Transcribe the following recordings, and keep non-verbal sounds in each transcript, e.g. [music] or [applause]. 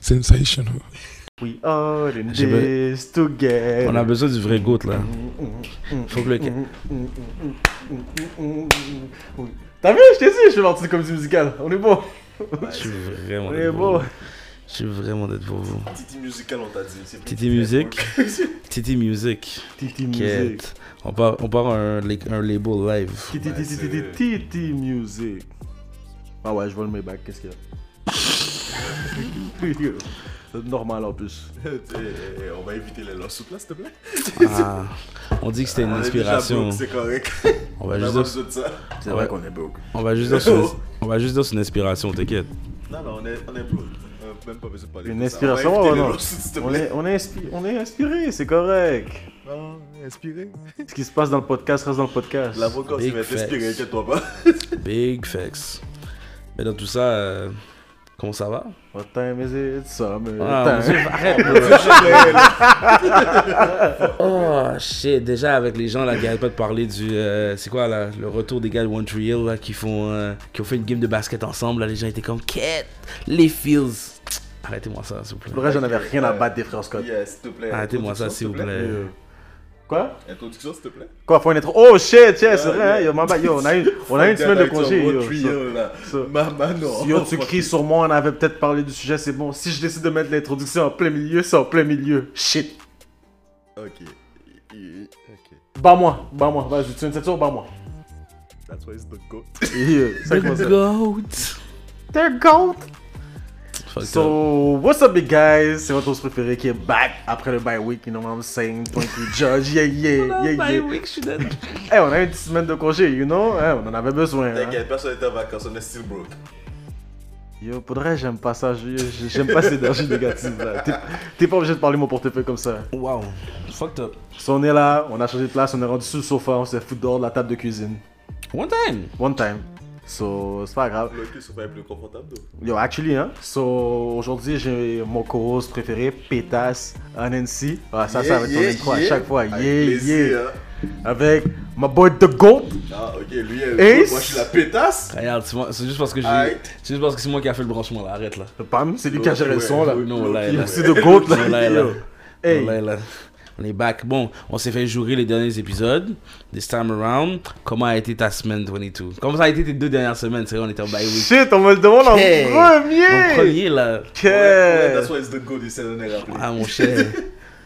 Sensational. We are in J'ai be- this together. On a besoin du vrai goat là. Faut que le. T'as vu, je t'ai dit, je suis parti de comédie musicale. On est bon. Je suis vraiment. On d'être est pour bon. vous. Je suis vraiment d'être pour vous. Titi musical, on t'a dit. c'est plus [laughs] Titi Music. Titi Music. Titi Music. Quête. On part, on part un, la- un label live. Titi, Ouais, titi, c'est- titi, titi Music. Ah ouais, je vole mes bacs, qu'est-ce qu'il y [laughs] a C'est normal en plus. Eh, eh, On va éviter les lawsuits là, s'il te plaît. Ah, on dit que c'était une On est déjà inspiration. broke, C'est correct. On va On a juste pas dire, besoin de ça. C'est Ouais. vrai qu'on est broke. on va juste dire, c'est une- on va juste dire c'est une inspiration, t'inquiète. Non, non, on est, on est broke. On a même pas besoin de parler. Une de ça. inspiration, On va éviter ouais, les non. lawsuits, s'il te On plaît. est, on est, inspi- on est inspiré, c'est correct. Non, Ah, inspiré. Ce qui se passe dans le podcast reste dans le podcast. L'avocat, il Big va t'inspirer, facts. inquiète-toi pas. Big facts. Mais dans tout ça, euh, comment ça va? What time is it? Summer Ah, time. monsieur, arrête! [laughs] Oh shit, déjà avec les gens là qui arrêtent pas de parler du. euh, c'est quoi là Le retour des gars de One Tree Hill là qui font. euh, qui ont fait une game de basket ensemble là, les gens étaient comme. Quête Les feels Arrêtez-moi ça s'il vous Pour plaît. le reste, j'en avais rien à battre des frères Scott. Yes, s'il te plaît. Arrêtez-moi ça s'il vous plaît. Euh, Quoi? Introduction, s'il te plaît. Quoi, faut une intro? Oh shit, yeah, c'est Ah, vrai, hein, yeah. yo, ma bad, yo, on a [laughs] une, on a une semaine de congé, yo. so- so- Maman, non. Yo, tu cries sur moi, on avait peut-être parlé du sujet, c'est bon. Si je décide de mettre l'introduction en plein milieu, c'est en plein milieu. Shit. [laughs] Ok. I- Ok. Bats-moi, bats-moi, vas-y, tu me cette tour, bats-moi. [laughs] That's why it's the goat. Yeah, ça commence. The goat They're gold. Fuck up. So, what's up, big guys? C'est votre host préféré qui est back après le bye week, you know what I'm saying? Point to judge, yeah, [laughs] yeah, yeah, yeah. Bah, week, je suis dead. Hey, on a une petite semaine de congé, you know? Hein, on en avait besoin. hein. T'inquiète, personne n'était en vacances, on est still broke. Yo, pour de vrai, j'aime pas ça. je- je- J'aime pas cette énergie négative là. T'es- T'es pas obligé de parler mon portefeuille comme ça. Wow. Fucked up. Si on est là, on a changé de place, on est rendu sous le sofa, on s'est foutu dehors de la table de cuisine. One time One time. So, c'est pas grave. Le cul serait plus confortable. donc. Yo, actually, hein. So, aujourd'hui, j'ai mon co-host préféré, Pétas, Anansi. Ah, ça, ça Yeah, va être yeah, ton intro à yeah. chaque fois. Yeah, Avec plaisir, yeah. hein. Avec my boy The Goat. Ah, ok, lui, elle- Ace. moi je suis la pétasse. Ah, Regarde, c'est moi- c'est juste parce que j'ai. Arrête. C'est juste parce que c'est moi qui a fait le branchement là, arrête là. Pam, c'est lui qui a géré le son là. Ouais, Non, là, ouais. là. C'est The Goat [laughs] Non, là. là, là. Yo. Hey. Là, là, on est back. Bon, on s'est fait jouer les derniers épisodes. This time around, comment a été ta semaine 22 Comment ça a été tes deux dernières semaines C'est vrai, on était en bye week. Shit, on me le demande en Hey. Mon premier. premier là. Que- Ouais, ouais, That's why it's the goat, il s'en est rappelé. Ah mon cher.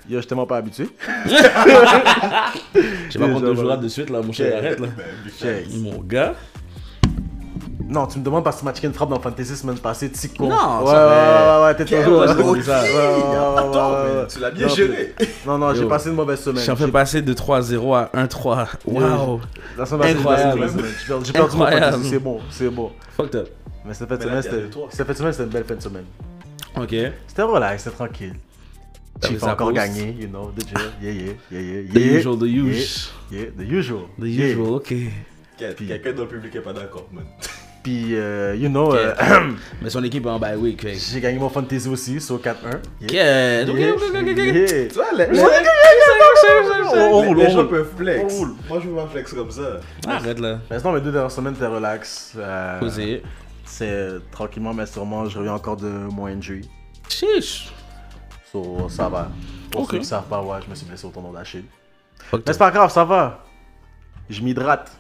Yo, je suis tellement pas habitué. Je vais pas prendre deux jours de suite là, mon cher. Arrête là. Ben, big Check. facts. Mon gars. Non, tu me demandes parce que ma chicken frappe dans Fantasy semaine passée, petit con. Non, ouais, ça ouais, ouais, ouais, t'es toujours Ouais, là. je demande ça. Ouais, ouais, ouais, Attends, ouais, ouais. mais tu l'as bien Non, géré. Non, non, j'ai Yo. passé une mauvaise semaine. J'en fais J'ai- passer de 3-0 à 1-3. Wow. La semaine passée, j'ai passé une Incroyable. mauvaise semaine. J'ai perdu- J'ai perdu mon Incroyable. Fantasy, c'est bon, c'est bon. Fucked up. Mais cette fin de Mais semaine, là, il y a c'était deux, trois. cette fin de semaine, c'était une belle fin de semaine. Ok. C'était relax, c'était tranquille. T'as Chief fait a sa encore pause. gagné, you know, the drill. Yeah, yeah, yeah, yeah, yeah. The usual, the yeah, usual. Yeah, the usual. The yeah. usual, ok. [laughs] Quel- Puis- Quelqu'un dans le public est pas d'accord, man. Puis, euh, you know, euh, [laughs] Mais son équipe est en bye week. fait. j'ai gagné mon Fantasy aussi, sur 4-1. Ok, Yeah. ok, Yeah, ok, ok, ok. yeah. vois, les, On roule, on roule. peuvent flex. On roule. Moi, je veux pas flex comme ça. Arrête là. Mais sinon, mes deux dernières semaines, c'était relax. Euh, Posé. c'est euh, tranquillement, mais sûrement, je reviens encore de mon injury. Chiche. So, ça va. Pour Ok. ceux qui ne savent pas, ouais, je me suis blessé au tendon d'Achille. Fucked Mais up. c'est pas grave, ça va. Je m'hydrate.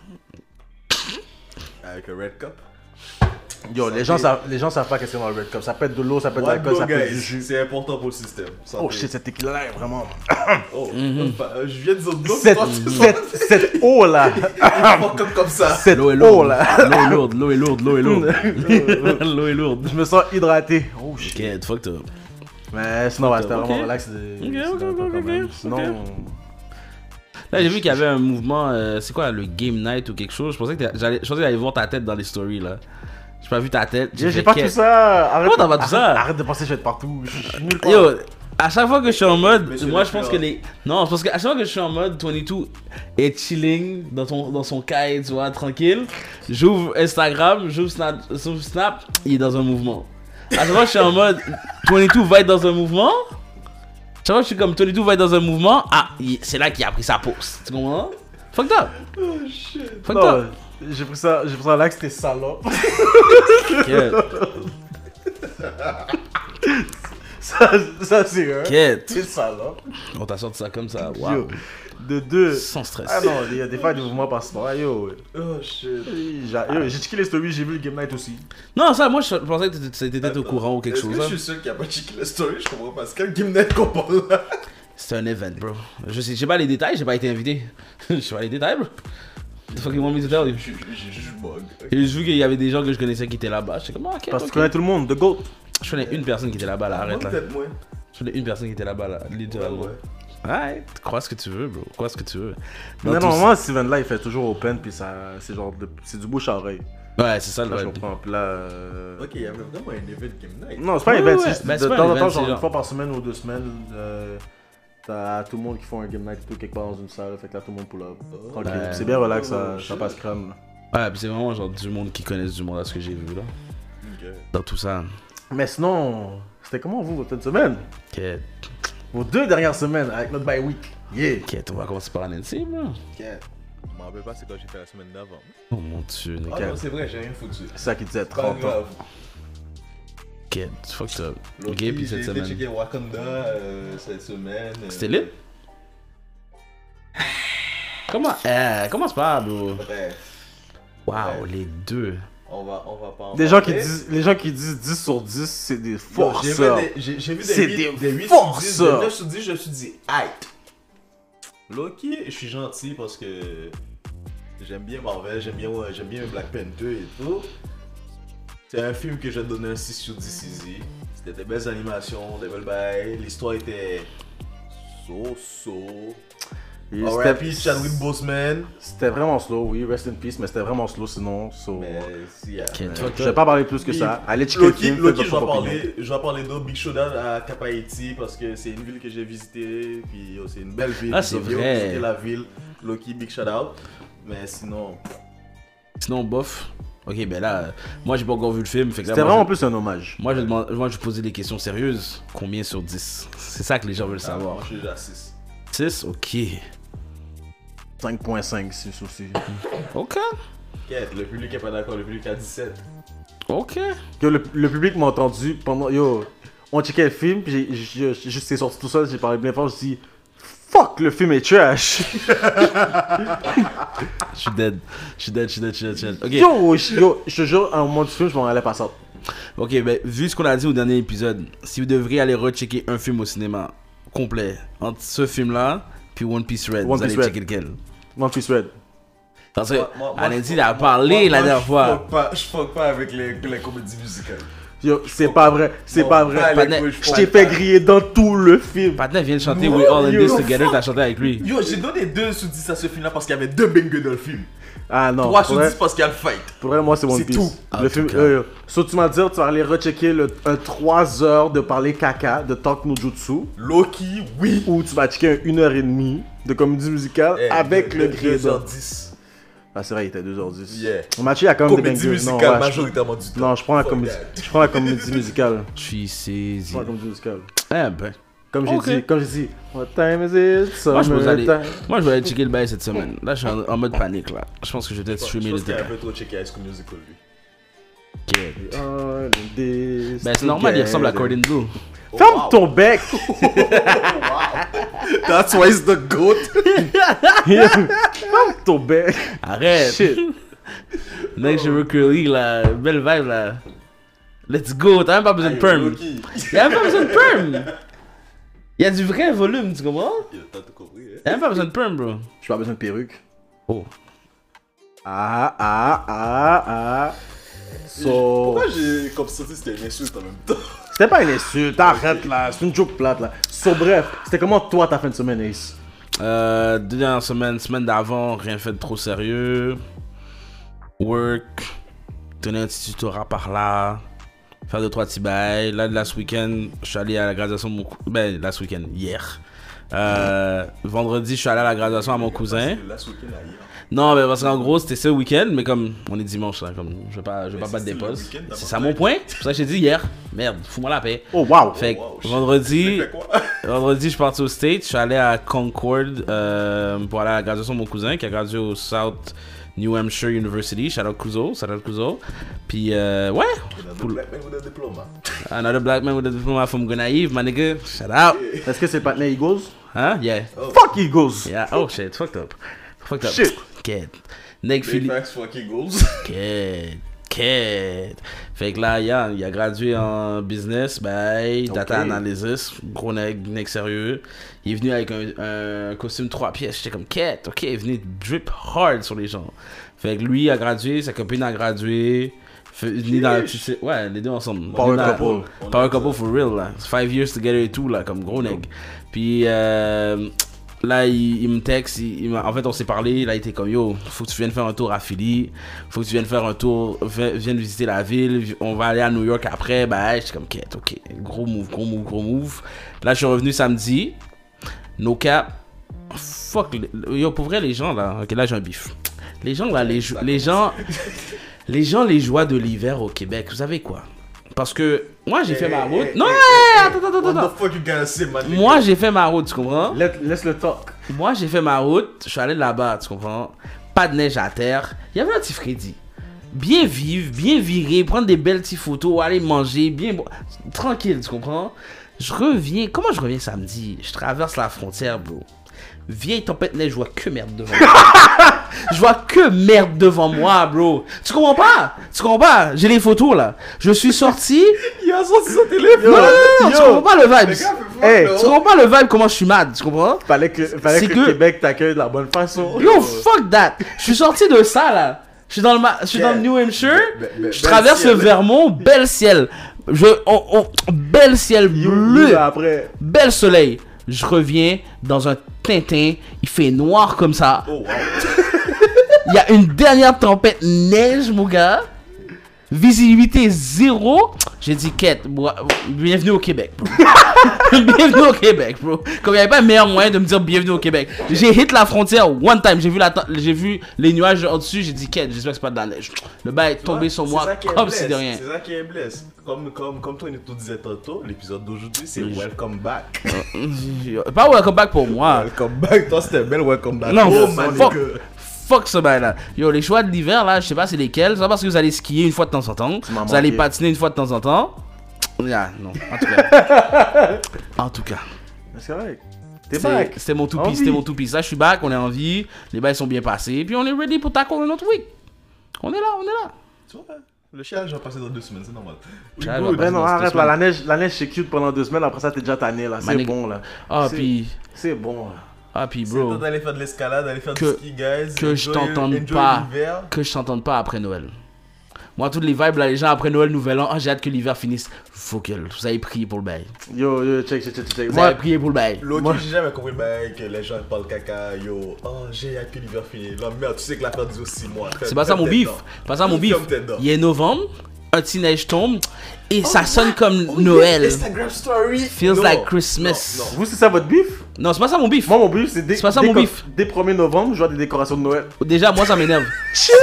Avec un red cup. Yo, les gens, savent, les gens savent pas qu'est-ce que c'est dans le Red Cup. Ça peut être de l'eau, ça peut être de White l'alcool, go, ça peut être du guys. jus. C'est important pour le système. Oh Santé. shit, cette tequila est vraiment. Oh, Mhm. bah, euh, je viens de dire non, Cette, toi, tu [laughs] cette, cette eau là. sens comme, comme ça. Cette L'eau est eau lourde. là. L'eau est lourde, l'eau [laughs] est lourde, l'eau est lourde. [laughs] l'eau est lourde. Je me sens hydraté. Oh shit. Get fucked up. Mais sinon, ouais, c'était Ok. vraiment relax. De... Ok, c'est ok, dans le ok, temps, quand ok, même. ok. Sinon. Là, j'ai vu qu'il y avait un mouvement, euh, c'est quoi, le game night ou quelque chose. Je pensais que t'allais- j'allais, je pensais que j'allais voir ta tête dans les stories là. J'ai pas vu ta tête. J'ai j'ai fait pas quête. tout ça. Arrête, Comment t'as pas tout [laughs] ça arrête- Arrête de penser que je vais être partout. Je je suis nulle part. Yo, à chaque fois que je suis en mode, Monsieur moi le je pense Fleur. que les. Non, je pense que à chaque fois que je suis en mode 22 est chilling dans, ton, dans son caille, tu vois, tranquille. J'ouvre Instagram, j'ouvre Snap, j'ouvre Snap, il est dans un mouvement. À chaque fois que je suis en mode 22 va être dans un mouvement. Chaque fois que je suis comme 22 va être dans un mouvement, ah, il- c'est là qu'il a pris sa pause. Tu comprends? Fuck up! Oh shit. Fuck Non, up! j'ai pris ça, j'ai pris ça là que c'était Oh, salope. Ok. [laughs] Ça, ça c'est un. Quête. T'es salope. On t'a sorti ça comme ça. Yo, Waouh. de deux. Sans stress. Ah non, il y a des fois des mouvements passent pas. Yo, Oh shit. J'a- yo, j'ai checké les stories, j'ai vu le game night aussi. Non, ça, moi, je pensais que t'étais t'étais au Attends, courant ou quelque chose. Est-ce que hein. je suis sûr qu'il n'y a pas checké la story Je comprends pas. C'est quel game net qu'on parle là C'était un event, bro. Je sais, j'ai pas les détails, j'ai pas été invité. [laughs] je sais pas les détails, bro. The fuck you want me to tell you? J'ai j'ai juste bug. J'ai juste vu qu'il y avait des gens que je connaissais qui étaient là-bas. J'étais comme, ah, ok. Parce que tu ok. connais tout le monde, The GOAT. Je connais une personne qui était là-bas, là, arrête là. Peut-être moins. Je connais une personne qui était là-bas, là, littéralement. Ouais, ouais. Alright, crois ce que tu veux, bro. Crois ce que tu veux. Dans Non, tout normalement, Steven là, il fait toujours open, puis ça, c'est genre, de- c'est du bouche à oreille. ça- Ouais, c'est ça le Là, je vibe. comprends. Puis là. euh, Ok, il y avait vraiment un event game night. Non, c'est pas Ouais, un event, ouais, c'est juste ben, de c'est pas temps un en temps, event, genre c'est une genre- fois par semaine ou deux semaines, euh, t'as tout le monde qui font un game night tout quelque part dans une salle, fait que là tout le monde pull up. Oh. Tranquille, Ben, c'est bien relax, ça, oh, ça passe crème. là. Ouais, puis c'est vraiment genre du monde qui connaissent du monde à ce que j'ai vu, là. Ok. Dans tout ça. Mais sinon, c'était comment vous votre semaine Quête, Vos deux dernières semaines avec notre bye week. Yeah quête, on va commencer par Nancy, bro. Ok. Je m'en rappelle pas c'est quand j'ai fait la semaine d'avant. Oh mon dieu, Ah quête, non, c'est vrai, j'ai rien foutu. C'est ça qui disait Pas 30 ans. grave. quête, fucked up. L'autre Gay, puis fille, cette J'ai été semaine. checker Wakanda euh, cette semaine. euh, C'était lit? Comment euh, Commence pas, bro. Bref, Waouh, les deux. on va, on va pas en Des gens qui parler. disent, les gens qui disent 10 sur 10, c'est des Yo, j'ai vu forceurs. des- J'ai j'ai vu des, C'est 8, des des 8 sur 10, des forceurs. 9 sur 10, je me suis dit, aïe. Loki, je suis gentil parce que j'aime bien Marvel, j'aime bien, ouais, j'aime bien Black Panther et tout. C'est un film que j'ai donné un 6 sur 10 ici. C'était des belles animations, des belles bails. L'histoire était so-so. Et R.I.P. c'était- Chadwick Boseman. C'était vraiment slow, oui, rest in peace, mais c'était vraiment slow sinon. So... Mais si, yeah. Quête, euh, fucked Je vais up. pas parler plus que Oui. ça. Allez checker Loki, le film, Loki, faites je votre vais propre opinion. parler, je vais parler d'autres Big Showdown à Cap Haïti parce que c'est une ville que j'ai visitée, puis oh, c'est une belle ville. Ah, c'est J'ai bien vrai. visité la ville. Loki, Big Shout Out. Mais sinon, Sinon, bof. Ok, ben là, euh, moi j'ai pas encore vu le film. Fait que là, C'était moi, vraiment je- plus un hommage. Moi je, demande, moi, je posais des questions sérieuses. Combien sur 10 C'est ça que les gens veulent ah, moi, savoir. je suis déjà 6. 6 Ok. 5.5, c'est souci. Ok. Quête, le public est pas d'accord, le public a 17. Ok. Que le, le public m'a entendu pendant. Yo, on checkait le film, puis j'ai- j'ai- j'ai- juste c'est sorti tout seul, j'ai parlé bien fort, j'ai dit Fuck, le film est trash! [laughs] Je suis dead. Je suis dead, je suis dead, je suis dead, je suis dead. Ok. Yo, je- yo, je te jure, à un moment du film, je m'en allais pas ça. Ok, ben, vu ce qu'on a dit au dernier épisode, si vous devriez aller rechecker un film au cinéma complet, entre ce film-là, puis One Piece One Red, vous Piece allez Red. checker lequel One Piece Red. Parce que Moi- moi- moi, Alenzi, je- il a moi- parlé moi, la moi, dernière je fois. fuck pas- Je fuck pas avec les, les comédies musicales. Yo, c'est pas vrai, c'est Bon, pas Oh. pas vrai. les Partner, couilles, Je t'ai fuck fait pas. griller dans tout le film. Patna vient de chanter Non, We All in yo, This Together, fuck. t'as chanté avec lui. Yo, j'ai donné 2 sur 10 à ce film là parce qu'il y avait 2 bangers dans le film. Ah non, 3 pour sur vrai, 10 parce qu'il y a le fight. pour vrai, moi c'est One C'est Piece. tout. Ah, Le en film. tout cas. euh, so, tu m'as dit, tu vas aller rechecker le, un 3 heures de parler caca, de Talk No Jutsu, Loki, oui. ou tu vas checker un 1h30 de comédie musicale Eh, avec deux- le deux- grillé deux sur d'or. 10. Ah, c'est vrai, il était 2h10. Yeah. Mathieu, il y a quand même Comédie des bangers. musicale ouais, je- majoritairement du temps. non, je prends la Fuck comédie. that. Je prends la comédie musicale. Je suis Je saisi. prends la comédie musicale. Eh ben. Comme j'ai Ok. dit, comme j'ai dit, what time is it? Moi je, vais aller, Summertime. moi, je vais aller checker le bail cette semaine. Là, je suis en, en mode panique, là. Je pense que je vais peut-être Ouais, streamer je le pense qu'il a un truc. peu trop checké High School Musical lui. Ok. All in this Ben, c'est normal, il together. ressemble à Cordon Blue. Oh, Ferme wow. ton [laughs] bec! That's why it's the goat. Ferme ton bec! Arrête! [laughs] Shit! Next River Curly, là. Belle vibe, là. Let's go, t'as même pas besoin de perm. Loki. Y'a même pas besoin de perm! Y'a du vrai volume, tu comprends? Il a pas tout compris. hein. Y'a même pas besoin de perm, bro. J'ai pas besoin de perruque. Oh. Ah, ah, ah, ah. So. Pourquoi j'ai comme ça si c'était une insulte en même temps C'était pas une insulte, arrête là, c'est une joke plate là. So, bref, c'était comment toi ta fin de semaine, Ace? Euh, deux dernières semaines, semaine d'avant, rien fait de trop sérieux. Work. Donner un petit tutorat par là. Faire deux, trois petits bails. Là, last week-end, je suis allé à la graduation de mon cousin. Ben, last week-end, hier. Euh, vendredi, je suis allé à la graduation à mon cousin. Parce que Last week-end ailleurs. Non, mais parce qu'en gros, c'était ce week-end, mais comme on est dimanche, là, comme je vais pas, je vais Mais pas c'est battre des le pauses. week-end C'est d'avant. ça mon point. C'est pour ça que j'ai dit hier. Merde, fous-moi la paix. Oh wow! Fait que wow, shit. vendredi, Fait quoi vendredi, je suis parti au States. Je suis allé à Concord euh, pour aller à la graduation de mon cousin qui a gradué au South New Hampshire University. Shout out Kuzo, shout out Kuzo. Puis, euh, ouais, Another black man with a diploma. Another Black Man with a Diploma from Gonaïve, my nigga. Shout out. Est-ce que c'est le partenaire Eagles? Hein? Yeah. Oh, Fuck Eagles! Yeah. Oh shit, it's fucked up. Fucked up. Shit. Kid. Nick Big Philly. facts, fuck Eagles. Kid. Kid. Fait que là, yeah, il a gradué en business, by data Ok. analysis, gros nec, nec sérieux. Il est venu avec un, un costume 3 pièces, j'étais comme Kid, ok, il est venu drip hard sur les gens. Fait que lui a gradué, sa copine a gradué. Fait- Ni dans la petite- ouais, les deux ensemble. Power Ni dans la- couple. Power couple for real là. Five years together et tout là, comme gros nègre. Puis euh, là, il, il me texte, il, il m'a- en fait on s'est parlé, là il était comme yo, faut que tu viennes faire un tour à Philly, faut que tu viennes faire un tour, vi- vienne visiter la ville, vi- on va aller à New York après, bah j'étais comme quête, ok, gros move, gros move, gros move. Là je suis revenu samedi, no cap, fuck, le- yo pour vrai les gens là, ok là j'ai un bif. Les gens là, les, jou- les gens, les gens les joies de l'hiver au Québec, vous savez quoi Parce que moi j'ai fait ma Hey, route, hey, non, hey, hey, hey, attends, attends, What attends. the fuck you gotta say, man? Moi, j'ai fait ma route, tu comprends? Let- Laisse le talk. Moi, j'ai fait ma route, je suis allé là-bas, tu comprends? Pas de neige à terre. Il y avait un petit Freddy. Bien vivre, bien virer, prendre des belles petites photos, aller manger, bien bo- tranquille, tu comprends? Je reviens, comment je reviens samedi? Je traverse la frontière, bro. Vieille tempête de neige, je vois que merde devant moi. [laughs] je vois que merde devant moi, bro. Tu comprends pas? Tu comprends pas? J'ai les photos là. Je suis sorti. Il a sorti son non, téléphone. non, non, non, tu yo, comprends pas le Le vibe. Eh, gars fait fuck, Hey, là. Tu comprends pas le vibe, comment je suis mad, tu comprends? Fallait que, fallait C'est que, que- le Québec t'accueille de la bonne façon. Oh. Yo, fuck that! Je suis sorti de ça là. Je suis dans le, ma- je suis dans le Yeah. New Hampshire. Be- be- je bel traverse le ciel. Vermont, bel ciel. Je, on, on- bel ciel You- bleu, you après. bel soleil. Je reviens dans un Tintin. Il fait noir comme ça. Oh, wow. Il y a une dernière tempête neige, mon gars. Visibilité zéro. J'ai dit, quête, moi, bienvenue au Québec, bro. [laughs] bienvenue au Québec, bro. Comme il n'y avait pas meilleur moyen de me dire bienvenue au Québec. J'ai hit la frontière one time. J'ai vu, la te- j'ai vu les nuages au-dessus. J'ai dit, quête, j'espère que c'est pas de la neige. Le bail est tombé sur C'est moi ça qui est comme blesse, si de rien. C'est ça qui est blesse. Comme, comme, comme toi, nous disait tantôt, l'épisode d'aujourd'hui, c'est Oui. Welcome [laughs] Back. Pas welcome back pour moi. Welcome Back, toi, c'était belle Welcome Back. Ah Non, oh, fuck. man, fuck. nigga. Fuck ce bail là. Yo, les choix de l'hiver là, je sais pas c'est lesquels. C'est pas parce que vous allez skier une fois de temps en temps. m'as Vous allez manqué. patiner une fois de temps en temps. Ah, non, en tout cas. [laughs] en tout cas. C'est correct. T'es C'est- back. C'était mon En toupie, vie. c'était mon toupie. Ça, je suis back, on est en vie. Les bails sont bien passés. Puis on est ready pour tackle un autre week. On est là, on est là. Tu vois, le challenge va passer dans deux semaines, c'est normal. Child va Good. passer Ben non, dans cette arrête là. semaine. La neige, la neige c'est cute pendant deux semaines. Après ça, t'es déjà tanné là. C'est Manic- bon là. Ah, C'est- puis. C'est bon là. Ah, puis, C'est le temps bro. d'aller faire de l'escalade, d'aller faire Que- du ski, guys. que je Enjoy- t'entende enjoy pas. l'hiver. Que je t'entende pas après Noël. Moi, toutes les vibes là, les gens après Noël, Nouvel An, ah, j'ai hâte que l'hiver finisse. Faut que vous avez prié pour le bail. Yo, yo, check, check, check, check. Vous Moi, avez prié pour le bail. L'autre, Moi- j'ai jamais compris, mec, que les gens parlent caca, yo, oh, j'ai hâte que l'hiver finisse. La merde, tu sais que l'affaire dure 6 mois. C'est pas ça mon bif. C'est pas ça mon bif. Ferme tes dents. Il est novembre, un petit neige tombe et ça sonne comme Oh, yeah, Noël. Instagram story. Feels Non, like Christmas. non, non. vous, c'est ça votre bif Non, c'est pas ça mon bif. Moi, mon bif, c'est dès, C'est pas ça, dès mon que- bif. dès 1er novembre, je vois des décorations de Noël. Déjà, moi, ça m'énerve. ça,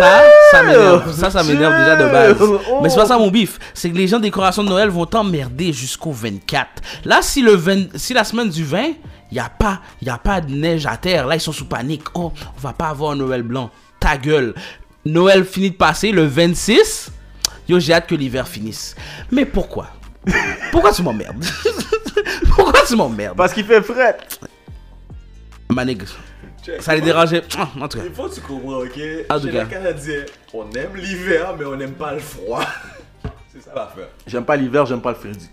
ça m'énerve. Ça, ça m'énerve déjà de base. Chill. Mais c'est pas ça mon bif. C'est que les gens de décoration de Noël vont t'emmerder jusqu'au 24. Là, si, le 20 si la semaine du 20, il a, pas- y a pas de neige à terre. Là, ils sont sous panique. Oh, on va pas avoir un Noël blanc. Ta gueule. Noël finit de passer le 26. Yo, j'ai hâte que l'hiver finisse. Mais pourquoi Pourquoi tu m'emmerdes [laughs] Pourquoi tu m'emmerdes Parce qu'il fait fret. Ma nigga, Check. ça les dérangeait. Ah, En tout cas. Il faut que tu comprends, ok? Ah, Chez du les gars. Canadiens, on aime l'hiver, mais on n'aime pas le froid. [laughs] C'est ça l'affaire. J'aime pas l'hiver, j'aime pas le Freddy.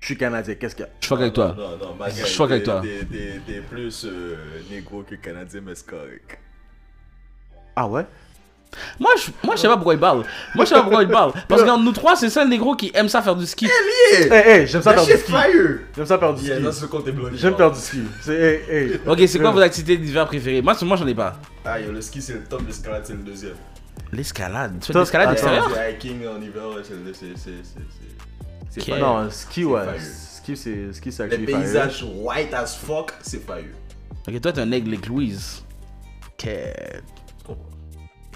Je suis canadien, qu'est-ce qu'il y a Je fuck avec toi. Non, non, ma gueule, Je fuck avec t'es- toi. T'es, t'es- t'es plus euh, négro que Canadien, mais c'est correct. Ah ouais Moi je, moi, je sais pas pourquoi il parle. Moi, je sais pas pourquoi il parle. Parce que nous trois, c'est ça le négro qui aime ça faire du ski. Eh, eh, j'aime ça Le faire du shit ski. fire! J'aime ça faire du Yeah, dans ce ski. compte est bloqué. J'aime faire du ski. C'est, eh, eh. Ok, c'est quoi vos activités d'hiver préférées Moi, moi j'en ai pas. Ah, yo, le ski c'est le top, l'escalade c'est le deuxième. L'escalade. Tu fais de Toi, l'escalade à attends. l'extérieur Le hiking en hiver, ouais, c'est le c'est- c'est- c'est- c'est- c'est Ok. fire. Non, ski, C'est ouais. fire. Ski, c'est ski, c'est Les actually fire. paysages white as fuck, c'est fire. Ok, toi, t'es un aigle avec Louise. Quête.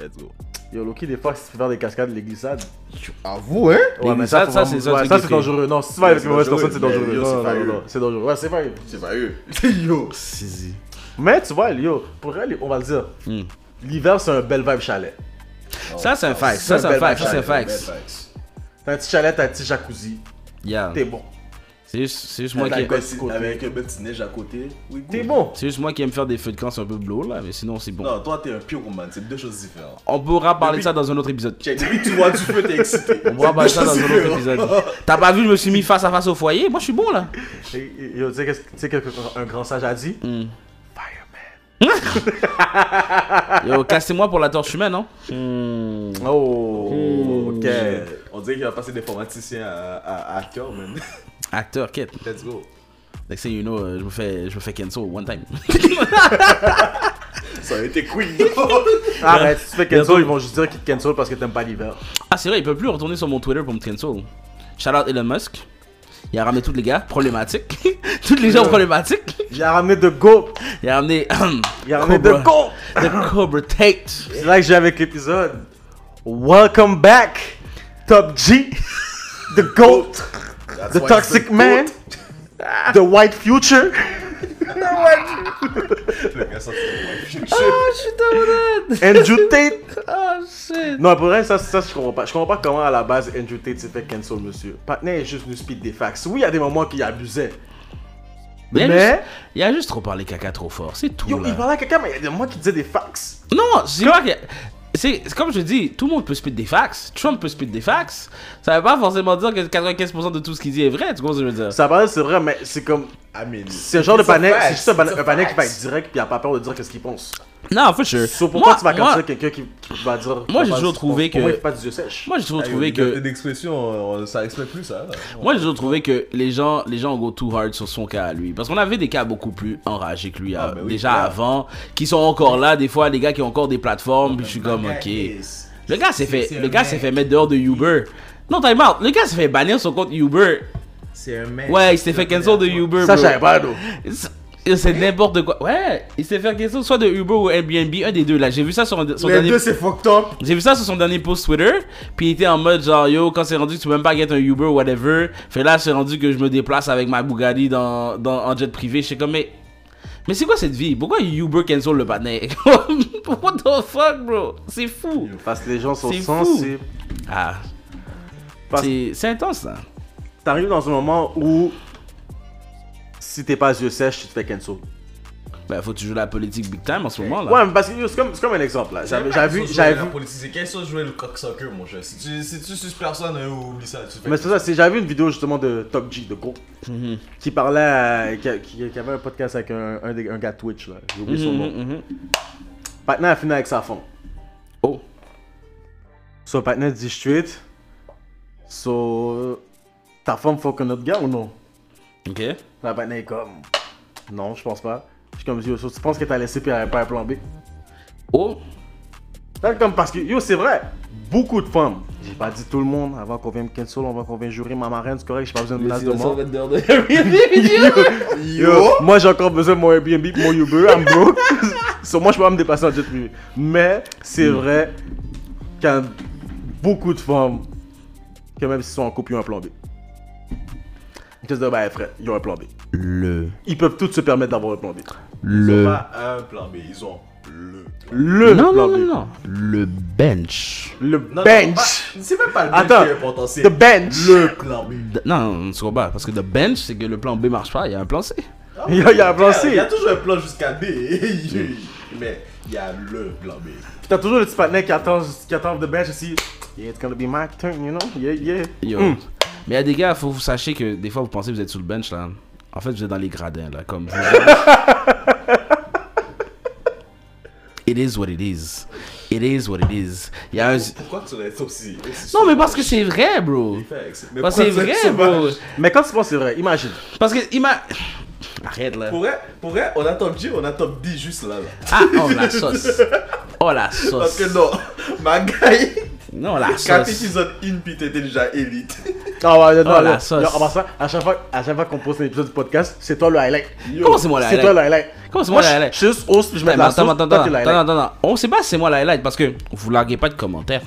Let's go. Yo, Loki, des fois, si tu fais faire des cascades, les glissades. À vous, hein? Les glissades, faut ça, vraiment- c'est un ouais, truc ça, qui c'est fait- dangereux. Non, si tu vas avec une mauvaise personne, c'est dangereux. dangereux. Yo, Non, c'est non, non, fire. non, c'est dangereux. Ouais, c'est fire. C'est fire. yo. Sisi. Mais tu vois, yo, pour elle, on va le dire, Hmm. l'hiver, c'est un bel vibe chalet. Ça, c'est un fact. Ça, c'est un bel fact. Ça, match, c'est un un fact. T'as un petit chalet, t'as un petit jacuzzi, Yeah. t'es bon. C'est juste, c'est juste moi T'as qui. quoi? Avec un petit neige à côté. Oui, T'es good. bon. C'est juste moi qui aime faire des feux de camp, c'est un peu blow là, mais sinon c'est bon. Non, toi, t'es un pyroman, c'est deux choses différentes. On pourra parler de Depuis- ça dans un autre épisode. Check, depuis que tu vois du feu, t'es excité. On pourra parler de ça dans un [laughs] autre épisode. T'as pas vu, je me suis mis face à face au foyer, moi je suis bon là. Et- et- Yo, tu sais qu'est-ce- tu sais qu'un un grand sage a dit Hmm. Fireman. Yo, cassez-moi pour la torche humaine, hein. non Oh, ok. On dirait qu'il va passer d'informaticien à, à, à acteur, man. Acteur, quête. Let's go. Next thing you know, euh, je me fais, je me fais cancel one time. [laughs] Ça a été quick, though. Arrête, si tu fais cancel, ils vont juste dire qu'ils te cancel parce que t'aimes pas l'hiver. ah, c'est vrai, il peut plus retourner sur mon Twitter pour me cancel. Shout out Elon Musk. Il a ramené tous les gars problématiques. [laughs] tous les gens problématiques. J'ai ramené de go. Il a ramené. [clears throat] Il a ramené de go. The Cobra Tate. C'est là que j'ai avec l'épisode. Welcome back, Top G, The GOAT, That's The why Toxic it's a Man, The White Future. goat. Le gars, ça, c'est Ah, je suis malade. Andrew Tate. [laughs] Ah, shit. Non, pour vrai, ça, ça je comprends pas. Je comprends pas comment à la base Andrew Tate s'est fait cancel, monsieur. Patna est juste nous speed des fax. Oui, il y a des moments qu'il abusait. Il y a Mais- juste- il a juste trop parlé caca trop fort, c'est tout. Yo, là. il parlait à quelqu'un, mais il y a des moments qu'il disait des fax. Non, c'est vrai que. C'est c'est comme je dis, tout le monde peut spit des fax. Trump peut spit des fax. Ça veut pas forcément dire que 95% de tout ce qu'il dit est vrai, tu comprends ce que je veux dire? Ça paraît, c'est vrai, mais c'est comme. I mean, C'est le genre de it's a panier, c'est fact, juste un panier, it's a un panier qui va fact. être direct puis il a pas peur de dire qu'est-ce qu'il pense. Non, for sure. Sauf pourquoi Euh, Moi- tu vas moi- canceler quelqu'un qui, qui va dire. Moi, j'ai pas- toujours trouvé pour moi, que- il fait pas des yeux sèches. Moi, j'ai toujours Hey, trouvé les que. libertés d'expression, on- ça respecte plus ça. là. Oh, Moi, j'ai toujours trouvé que les gens, les gens go too hard sur son cas à lui. Parce qu'on avait des cas beaucoup plus enragés que lui Ah, euh, ben oui, déjà clair. avant, qui sont encore là. Des fois, les gars qui ont encore des plateformes, puis je suis comme, ok. Le gars s'est fait, C'est le un gars s'est mec. fait mettre dehors de Uber. Non, time out. Le gars s'est fait bannir son compte Uber. Eh, C'est un mec. Ouais, il s'est fait cancel de Uber. Ça, je bro. savais pas, d'où. C'est c'est n'importe quoi. Ouais, il s'est fait question soit de Uber ou Airbnb, un des deux là. J'ai vu ça sur un- son Les dernier. deux, c'est fucked up. J'ai vu ça sur son dernier post Twitter, puis il était en mode genre yo, quand c'est rendu que tu peux même pas get un Uber ou whatever, fait là c'est rendu que je me déplace avec ma Bugatti dans, dans en jet privé, je suis comme mais mais c'est quoi cette vie Pourquoi Uber cancel le patin [laughs] What the fuck bro C'est fou. Parce que les gens sont C'est fou. sensibles. Ah, Parce- c'est c'est intense hein. là. T'arrives dans un moment où. Si t'es pas yeux sèches, tu te fais cancel. Ben faut que tu joues la politique big time en ce moment là. Ouais, mais parce que yo, c'est comme, c'est comme un exemple là. J'avais j'avais vu. J'avais vu. C'est quelle chose jouer le cocksucker, mon cher. Si tu, si tu suces personne, euh, oublie ça. Tu fais Mais c'est ça, c'est- j'avais vu une vidéo justement de Top G, de Go, Mhm. qui parlait, à- qui, a- qui- qui avait un podcast avec un, un, des- un gars de Twitch là, j'ai oublié son Mhm, nom. mhm. Patna a fini avec sa femme. Oh. So Patna dit straight, so ta femme fuck un autre gars ou non? OK. La Patna est comme, non je pense pas. Je suis comme, yo, so, tu penses que t'as laissé puis elle avait pas un plan B? Oh. Là, comme parce que, yo, c'est vrai, beaucoup de femmes, j'ai pas dit tout le monde, avant qu'on vienne me cancel, avant qu'on vienne jurer ma marraine, c'est correct, j'ai pas besoin de menace de mort. [laughs] Yo, moi j'ai encore besoin de mon Airbnb, pour mon Uber, I'm [laughs] broke. so, moi je peux pas me dépasser en jet privé. Mais c'est vrai qu'il y a beaucoup de femmes que même s'ils sont en couple, ils ont un plan B. Ils se disent, bah frère, ils ont un plan B. Le Ils peuvent tous se permettre d'avoir un plan B. Ils ont le pas un plan B, ils ont le plan B. Le non, plan non, non, B. non. Le bench. Le Non, non, bench. pas- C'est même pas le bench Attends, qui est important, c'est The bench. le plan B. D- Non, non, tu comprends pas. Parce que le bench, c'est que le plan B marche pas, il y a un plan C. Ah, Il y a- il y a un plan C. Il y a toujours un plan jusqu'à [laughs] B. Mais il y a le plan B. Puis t'as toujours le petit patinet qui attend, qui attend the bench ici. Yeah, it's gonna be my turn, you know? Yeah, yeah. Yo. Hmm. Mm. Mais il y a des gars, faut que vous sachiez que des fois vous pensez que vous êtes sous le bench là. En fait, vous êtes dans les gradins là. Comme. [laughs] it is what it is. It is what it is. Il y a un. Pourquoi tu restes aussi Non, mais parce que c'est vrai, bro. mais Parce pourquoi que c'est tu restes vrai, bro. sauvage Mais quand tu penses, c'est vrai, imagine. Parce que il m'a. Arrête là. Pour vrai, pour vrai, on a top G, on a top D juste là. là. Ah, oh la [laughs] sauce. Oh la Parce sauce. que non, [laughs] ma guy, Non, la quand sauce. ils ont une pite, t'es déjà élite. Ah ouais, non, Oh, non, la non. sauce. Non, en passant, à chaque fois, à chaque fois qu'on poste un épisode du podcast, c'est toi le highlight. Comment c'est moi le C'est toi highlight le highlight. Comment c'est moi le je- highlight Je suis juste host puis je mets de Attends, la sauce. attends, attends, Toi, t'es le attends, highlight. attends, attends. On sait pas si c'est moi la highlight parce que vous larguez pas de commentaires.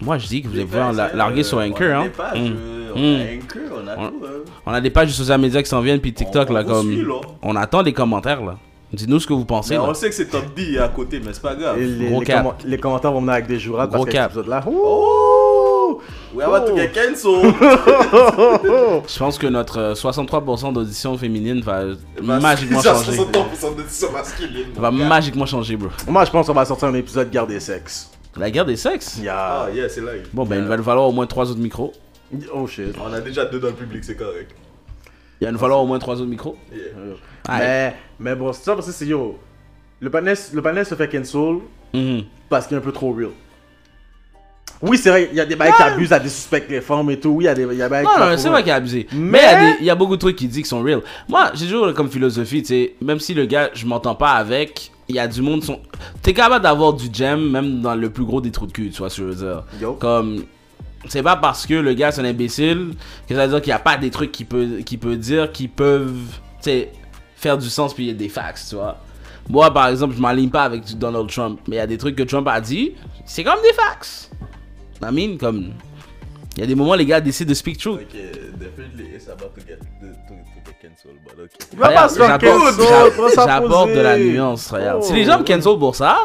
Moi je dis que vous pouvez en la- larguer sur Anchor. Hein. euh, On a des pages, Mm. euh, Mm. on a Anchor, on a On- tout. hein. On a des pages de social media qui s'en viennent puis TikTok On- là on vous comme. suit, là. On attend des commentaires là. Dites-nous ce que vous pensez. Mais là. on sait que c'est top 10 à côté, mais c'est pas grave. Et les, Gros les cap. comment- les commentaires vont venir avec des jurades Gros parce que cap. cet épisode-là. Oh! We about to Oh. get [laughs] canceled! Je pense que notre euh, 63% d'audition féminine va Mas- magiquement Déjà, changer. 63% d'audition masculine. Va magiquement changer, bro. Moi, je pense qu'on va sortir un épisode Garde des sexes. La guerre des sexes Il y a- Ah, yeah, c'est live. Bon, ben, il va nous falloir au moins trois autres micros. Oh shit. On a déjà deux dans le public, c'est correct. Il va nous falloir au moins trois autres micros. Yeah. Aïe. Mais, mais bon, c'est ça parce que c'est yo. Le panel, le panel se fait cancel Mhm. parce qu'il est un peu trop real. Oui, c'est vrai, il y a des bails qui abusent à des suspects les femmes et tout. Oui, il y a des, il y a des bails Non, qui- non, c'est vrai qu'il a abusé. Mais Mais- il y a des- il y, a beaucoup de trucs qui disent qu'ils sont real. Moi, j'ai toujours comme philosophie, tu sais, même si le gars, je m'entends pas avec, il y a du monde. Son... T'es capable d'avoir du gem, même dans le plus gros des trous de cul, tu vois ce que je veux dire. Yo. Comme. C'est pas parce que le gars c'est un imbécile que ça veut dire qu'il n'y a pas des trucs qu'il peut, qu'il peut dire qui peuvent tu sais, faire du sens puis il y a des facts, tu vois. Moi par exemple, je m'aligne pas avec du Donald Trump, mais il y a des trucs que Trump a dit, c'est comme des facts. I mean, comme. Il y a des moments, les gars décident de speak truth. Ok, definitely it's about to get, to, to get canceled, but ok. Va pas Regarde, se faire J'apporte cancel, j'a- va s'imposer. j'apporte de la nuance, regarde. Si les gens me cancel pour ça,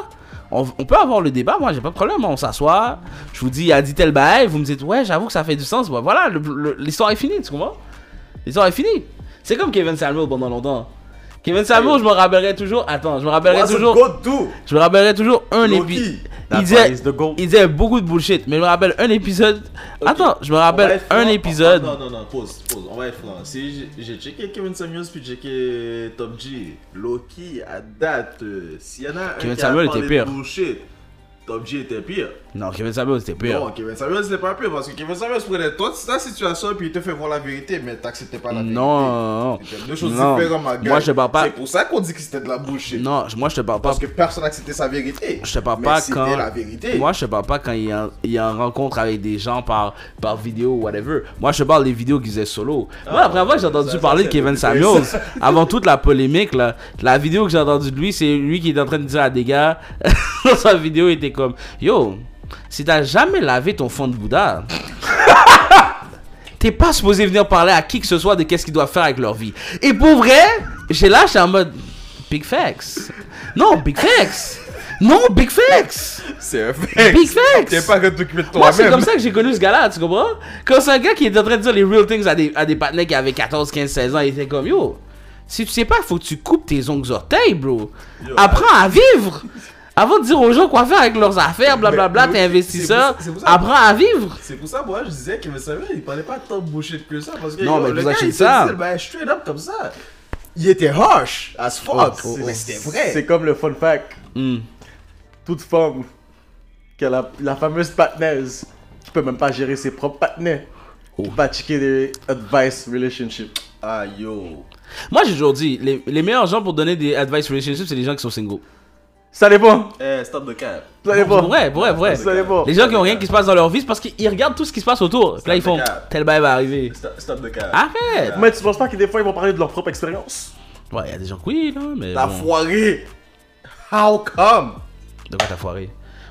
on, on peut avoir le débat, moi j'ai pas de problème, on s'assoit, je vous dis, il a dit tel bail, vous me dites, ouais, j'avoue que ça fait du sens, Bah, voilà, le- le- l'histoire est finie, tu comprends L'histoire est finie. C'est comme Kevin Samuel pendant longtemps. Kevin Samuel, je me rappellerai toujours, attends, je me rappellerai What's toujours, go do? je me rappellerai toujours un épisode. Loki. Il That's disait, why he's the goat. il disait beaucoup de bullshit, mais je me rappelle un épisode. Attends, je me rappelle On va être un franc. épisode. Non, non, non, pause, pause, on va être franc. Si j'ai- j'ai checké Kevin Samuels puis j'ai checké Top G, Loki à date, euh, s'il y en a un Kevin qui a Samuels parlé était pire. de bullshit, Top G était pire. Non, Kevin Samuel, c'était pire. Non, Kevin Samuels n'est pas pire parce que Kevin Samuels prenait toi ta situation puis il te fait voir la vérité, mais t'acceptais pas la vérité. Non, non, C'était deux choses Non. différentes, ma gueule. Moi, je parle pas- C'est pour ça qu'on dit que c'était de la bullshit. non, je- moi je te parle pas Parce que personne n'acceptait sa vérité. Je te parle Mais pas c'était quand. la vérité. Moi, je te parle pas quand il y a, il y a une rencontre avec des gens par, par vidéo ou whatever. Moi, je te parle des vidéos qu'ils faisaient solo. Moi, la première fois que j'ai entendu Ah, ça, parler ça, de Kevin c'est- Samuels, avant toute la polémique, là, la vidéo que j'ai entendue de lui, c'est lui qui est en train de dire à des gars. [laughs] dans sa vidéo, il était comme Yo, si t'as jamais lavé ton fond de Bouddha. [laughs] T'es pas supposé venir parler à qui que ce soit de qu'est-ce qu'ils doivent faire avec leur vie. Et pour vrai, j'ai lâché en mode Big Facts. Non, Big Facts. Non, Big Facts. c'est un fait. Big facts. T'es pas que t'occuper de Moi, c'est comme ça que j'ai connu ce gars-là, tu comprends? Quand c'est un gars qui est en train de dire les real things à des, à des partenaires qui avaient 14, 15, 16 ans, il était comme yo, si tu sais pas, faut que tu coupes tes ongles orteils, bro. Yo, Apprends à vivre. Avant de dire aux gens quoi faire avec leurs affaires, blablabla, mais- t'es investisseur, c'est pour ça- c'est pour ça- apprends à vivre. C'est pour ça, moi, je disais que Samuel, il parlait pas tant bullshit que ça. Parce que Non, yo, mais le vous gars, achetez il te ça. disait, ben, straight up comme ça. Il était harsh, as fuck. Oh, oh, Ah, mais c'était vrai. Ah, C'est comme le fun fact. Hmm. Toute femme qui a la, la fameuse patnaise qui peut même pas gérer ses propres patnais Oh. va checker des advice relationship. Ah, yo. Moi, j'ai toujours dit, les, les meilleurs gens pour donner des advice relationships, c'est les gens qui sont single. Ça dépend. Eh, stop the cap. Ça Pour dépend. vrai, pour vrai, pour vrai. Ça dépend. Les gens qui ont rien qui se passe dans leur vie, c'est parce qu'ils regardent tout ce qui se passe autour. Là, ils font tel bail va arriver. Stop, stop the cap. Arrête! Mais tu penses pas que des fois ils vont parler de leur propre expérience Ouais, il y a des gens que oui, là, mais. T'as bon. foiré. How come? De quoi t'as foiré